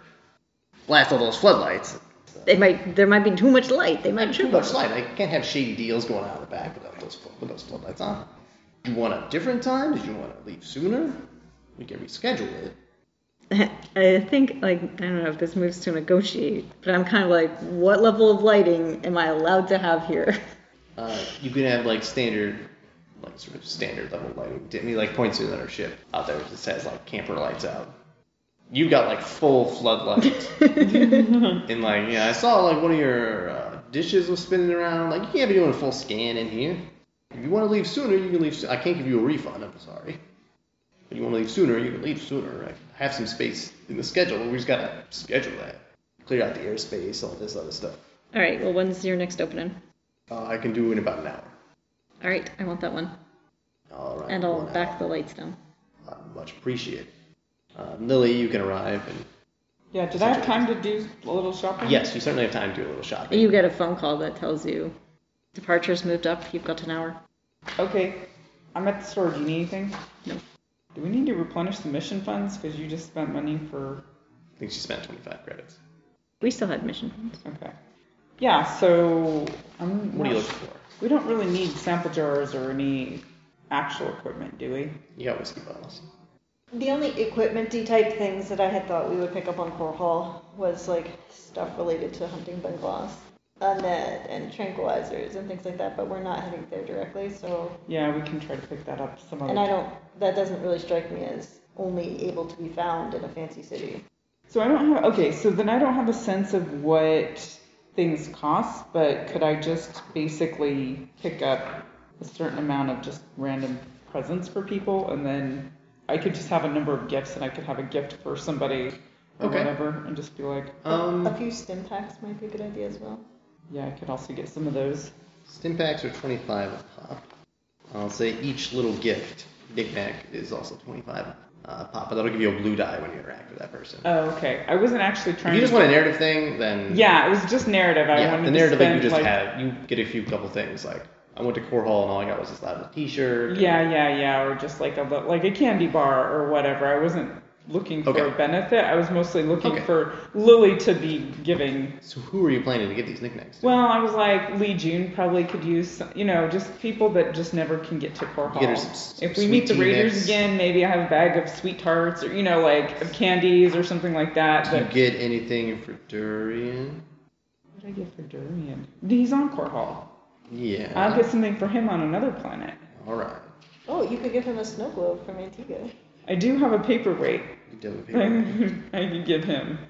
Speaker 2: Blast all those floodlights.
Speaker 5: [laughs] they might, there might be too much light. They might
Speaker 2: Too
Speaker 5: trip
Speaker 2: much light. I can't have shady deals going on in the back without those flo- with those floodlights on. Do you want a different time? Did you want to leave sooner? We can reschedule it.
Speaker 5: [laughs] I think, like, I don't know if this moves to negotiate, but I'm kind of like, what level of lighting am I allowed to have here? [laughs]
Speaker 2: Uh, you can have like standard, like sort of standard level lighting. Didn't like points to another ship out there that says like camper lights out. You've got like full floodlights. and like yeah, I saw like one of your uh, dishes was spinning around. Like you can't be doing a full scan in here. If you want to leave sooner, you can leave. So- I can't give you a refund. I'm sorry. If you want to leave sooner, you can leave sooner. I have some space in the schedule. We just gotta schedule that. Clear out the airspace, all this other stuff.
Speaker 5: All right, well, when's your next opening?
Speaker 2: Uh, I can do it in about an hour.
Speaker 5: All right, I want that one.
Speaker 2: All right.
Speaker 5: And I'll
Speaker 2: one
Speaker 5: back
Speaker 2: hour.
Speaker 5: the lights down.
Speaker 2: Uh, much appreciated. Uh, Lily, you can arrive. And
Speaker 4: Yeah. Did I have time to do a little shopping?
Speaker 2: yes, you certainly have time to do a little shopping.
Speaker 5: You get a phone call that tells you departure's moved up, you've got an hour.
Speaker 4: Okay. I'm at the store. Do you need anything?
Speaker 5: No.
Speaker 4: Do we need to replenish the mission funds? Because you just spent money for.
Speaker 2: I think she spent 25 credits.
Speaker 5: We still had mission funds.
Speaker 4: Okay. Yeah. So I'm.
Speaker 2: What are
Speaker 4: not
Speaker 2: you
Speaker 4: su-
Speaker 2: looking for?
Speaker 4: We don't really need sample jars or any actual equipment, do we?
Speaker 2: You got whiskey bottles.
Speaker 3: The only equipment-y type things that I had thought we would pick up on Core Hall was like stuff related to hunting bungalows, a net and tranquilizers and things like that. But we're not heading there directly, so
Speaker 4: Yeah, we can try to pick that up some other
Speaker 3: and I
Speaker 4: time.
Speaker 3: don't. That doesn't really strike me as only able to be found in a fancy city.
Speaker 4: So I don't have okay, so then I don't have a sense of what things cost, but could I just basically pick up a certain amount of just random presents for people and then I could just have a number of gifts and I could have a gift for somebody or
Speaker 2: Okay.
Speaker 4: whatever and just be like,
Speaker 3: A
Speaker 2: Um,
Speaker 3: few stim packs might be a good idea as well.
Speaker 4: yeah, I could also get some of those.
Speaker 2: stim packs are 25 a pop. I'll say each little gift, knickknack, is also 25 uh, a pop, but that'll give you a blue die when you interact with that person.
Speaker 4: Oh, okay. I wasn't actually
Speaker 2: if
Speaker 4: trying
Speaker 2: you just
Speaker 4: to
Speaker 2: want a narrative thing, then
Speaker 4: Yeah, it was just narrative. I
Speaker 2: yeah,
Speaker 4: wanted
Speaker 2: the narrative
Speaker 4: to
Speaker 2: like
Speaker 4: spend,
Speaker 2: you just had, you get a few couple things. Like I went to Core Hall and all I got was this loud T-shirt.
Speaker 4: Yeah, yeah, yeah, or just like a li- like a candy bar or whatever. I wasn't looking for
Speaker 2: Okay.
Speaker 4: a benefit. I was mostly looking
Speaker 2: Okay.
Speaker 4: for Lily to be giving.
Speaker 2: So who are you planning to give these knickknacks? To?
Speaker 4: Well, I was like Lee June probably could use, some- you know, just people that just never can get to Core Hall.
Speaker 2: Get her some s-
Speaker 4: if we
Speaker 2: sweet
Speaker 4: meet the
Speaker 2: tea
Speaker 4: Raiders
Speaker 2: mix.
Speaker 4: again, maybe I have a bag of sweet tarts or you know like of candies or something like that.
Speaker 2: Do you
Speaker 4: But
Speaker 2: get anything for Durian?
Speaker 4: what did I get for Durian? He's on Core Hall.
Speaker 2: Yeah.
Speaker 4: I'll get something for him on another planet.
Speaker 2: All right.
Speaker 3: Oh, you could give him a snow globe from Antigua.
Speaker 4: I do have a paperweight. [laughs]
Speaker 2: You don't have a paper.
Speaker 4: I could give him. 'Cause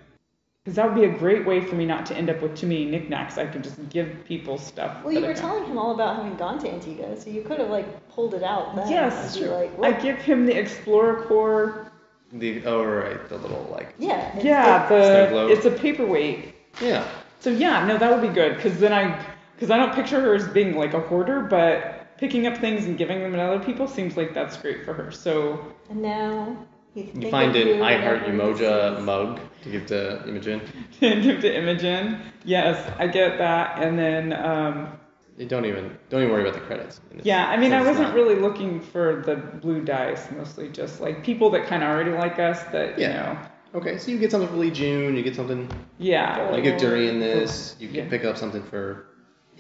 Speaker 4: Because that would be a great way for me not to end up with too many knickknacks. I could just give people stuff.
Speaker 3: Well,
Speaker 4: that
Speaker 3: you
Speaker 4: I
Speaker 3: were
Speaker 4: found.
Speaker 3: telling him all about having gone to Antigua, so you could have like pulled it out. Then
Speaker 4: Yes,
Speaker 3: and be
Speaker 4: true.
Speaker 3: Like,
Speaker 4: I
Speaker 3: well,
Speaker 4: give him the Explorer Core.
Speaker 2: The oh right, the little like
Speaker 3: yeah. it's-
Speaker 4: Yeah,
Speaker 2: Snow
Speaker 4: the
Speaker 2: globe.
Speaker 4: it's a paperweight.
Speaker 2: yeah.
Speaker 4: So yeah, no, that would be good. Because then I, because I don't picture her as being like a hoarder, but picking up things and giving them to other people seems like that's great for her. So [laughs]
Speaker 3: And now you,
Speaker 2: You
Speaker 3: think of
Speaker 2: find an
Speaker 3: you
Speaker 2: I Heart
Speaker 3: whenever you
Speaker 2: Umoja
Speaker 3: see-
Speaker 2: mug to give to Imogen.
Speaker 4: to give to Imogen, yes, I get that. And then um,
Speaker 2: You don't even don't even worry about the credits. And it's-
Speaker 4: Yeah, I mean,
Speaker 2: since
Speaker 4: I
Speaker 2: it's
Speaker 4: wasn't
Speaker 2: not-
Speaker 4: really looking for the blue dice, mostly just like people that kind of already like us that, you
Speaker 2: Yeah.
Speaker 4: know,
Speaker 2: okay. So you get something for Lee June. You get something.
Speaker 4: yeah.
Speaker 2: You
Speaker 4: Like,
Speaker 2: give Durian this. You can
Speaker 4: Yeah.
Speaker 2: pick up something for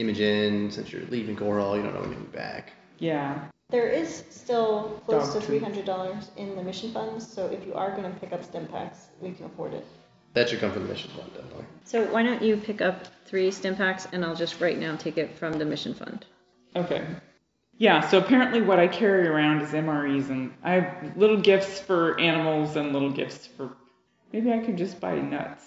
Speaker 2: Imogen since you're leaving Goral. You don't know when you're back.
Speaker 4: yeah.
Speaker 3: There is still close to
Speaker 4: Dog treat.
Speaker 3: three hundred dollars in the mission funds, so if you are going to pick up stem packs, we can afford it.
Speaker 2: That should come from the mission fund, definitely.
Speaker 5: So why don't you pick up three stim packs and I'll just right now take it from the mission fund.
Speaker 4: Okay. Yeah, so apparently what I carry around is MREs and I have little gifts for animals and little gifts for. Maybe I could just buy nuts.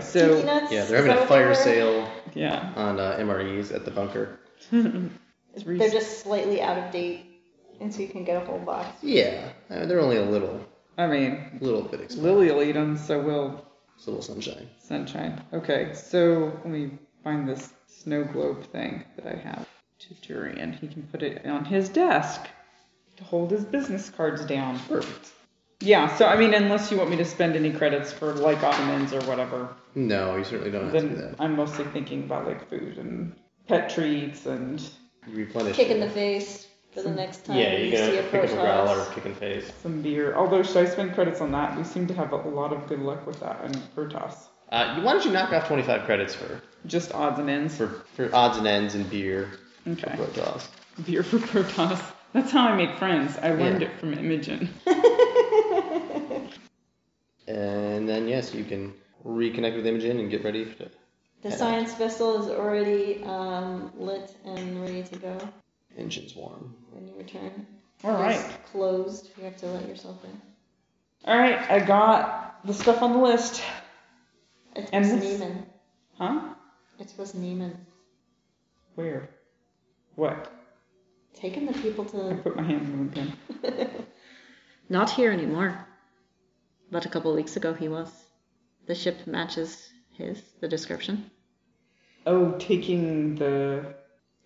Speaker 3: Sticky
Speaker 4: so.
Speaker 3: nuts,
Speaker 2: Yeah, they're having a
Speaker 3: soda
Speaker 2: fire
Speaker 3: water,
Speaker 2: sale
Speaker 4: Yeah.
Speaker 2: on uh, MREs at the bunker.
Speaker 4: It's
Speaker 3: They're just slightly out of date, and so you can get a whole box.
Speaker 2: Yeah, I mean, they're only a little,
Speaker 4: I mean,
Speaker 2: little bit expensive.
Speaker 4: Lily will eat them, so we'll.
Speaker 2: It's a little sunshine.
Speaker 4: Sunshine. Okay, so let me find this snow globe thing that I have to Durian. He can put it on his desk to hold his business cards down.
Speaker 2: Perfect.
Speaker 4: Yeah, so I mean, unless you want me to spend any credits for like ottomans or whatever,
Speaker 2: No, you certainly don't have to do
Speaker 4: then
Speaker 2: that.
Speaker 4: I'm mostly thinking about like food and pet treats and
Speaker 2: You replenish.
Speaker 3: Kick in
Speaker 2: it.
Speaker 3: the face for the next time
Speaker 2: Yeah,
Speaker 3: you,
Speaker 2: you
Speaker 3: see
Speaker 2: can
Speaker 3: a
Speaker 2: pick up a growl or
Speaker 3: protoss.
Speaker 2: kick in face.
Speaker 4: some beer. Although, should I spend credits on that? We seem to have a lot of good luck with that and Protoss.
Speaker 2: Uh, you- why don't you knock off 25 credits for,
Speaker 4: Just odds and ends.
Speaker 2: for, for odds and ends and beer
Speaker 4: Okay.
Speaker 2: for Protoss?
Speaker 4: Beer for Protoss. That's how I made friends. I learned
Speaker 2: Yeah.
Speaker 4: it from Imogen.
Speaker 2: And then, yes, you can reconnect with Imogen and get ready to.
Speaker 3: [laughs] The science vessel is already um, lit and ready to go
Speaker 2: Engine's warm.
Speaker 3: when you return.
Speaker 4: All right.
Speaker 3: It's closed. You have to let yourself in.
Speaker 4: All right, I got the stuff on the list.
Speaker 3: It
Speaker 4: And
Speaker 3: was
Speaker 4: this-
Speaker 3: Neiman.
Speaker 4: Huh?
Speaker 3: It was Neiman.
Speaker 4: Where? What?
Speaker 3: Taking the people
Speaker 4: I
Speaker 3: to
Speaker 4: put my hands in the pen.
Speaker 5: [laughs] Not here anymore. But a couple weeks ago he was. The ship matches his, the description.
Speaker 4: Oh, taking the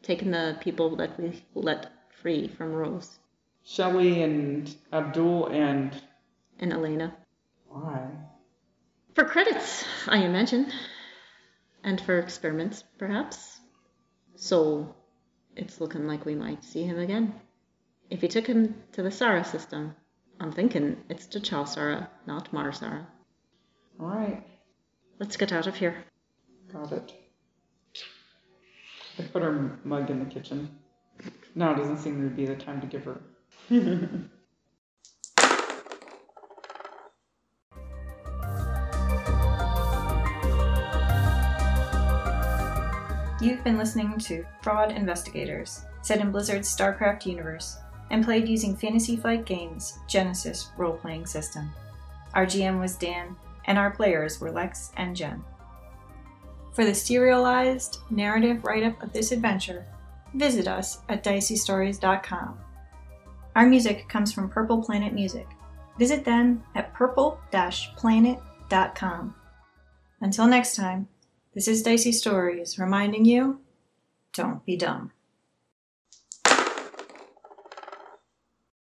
Speaker 5: Taking the people that we let free from Rose
Speaker 4: Shelly and Abdul and
Speaker 5: and Elena.
Speaker 4: why?
Speaker 5: For credits, I imagine. And for experiments, perhaps. So it's looking like we might see him again. If he took him to the Sara system, I'm thinking it's to Chowsara, not Marsara.
Speaker 4: All right,
Speaker 5: Let's get out of here.
Speaker 4: got it. I put her mug in the kitchen. Now it doesn't seem to be the time to give her.
Speaker 1: You've been listening to Fraud Investigators, set in Blizzard's StarCraft universe, and played using Fantasy Flight Games' Genesis role playing system. Our GM was Dan, and our players were Lex and Jen. For the serialized narrative write up of this adventure, visit us at diceystories.com. Our music comes from Purple Planet Music. Visit them at purple planet.com. Until next time, this is Dicey Stories reminding you don't be dumb.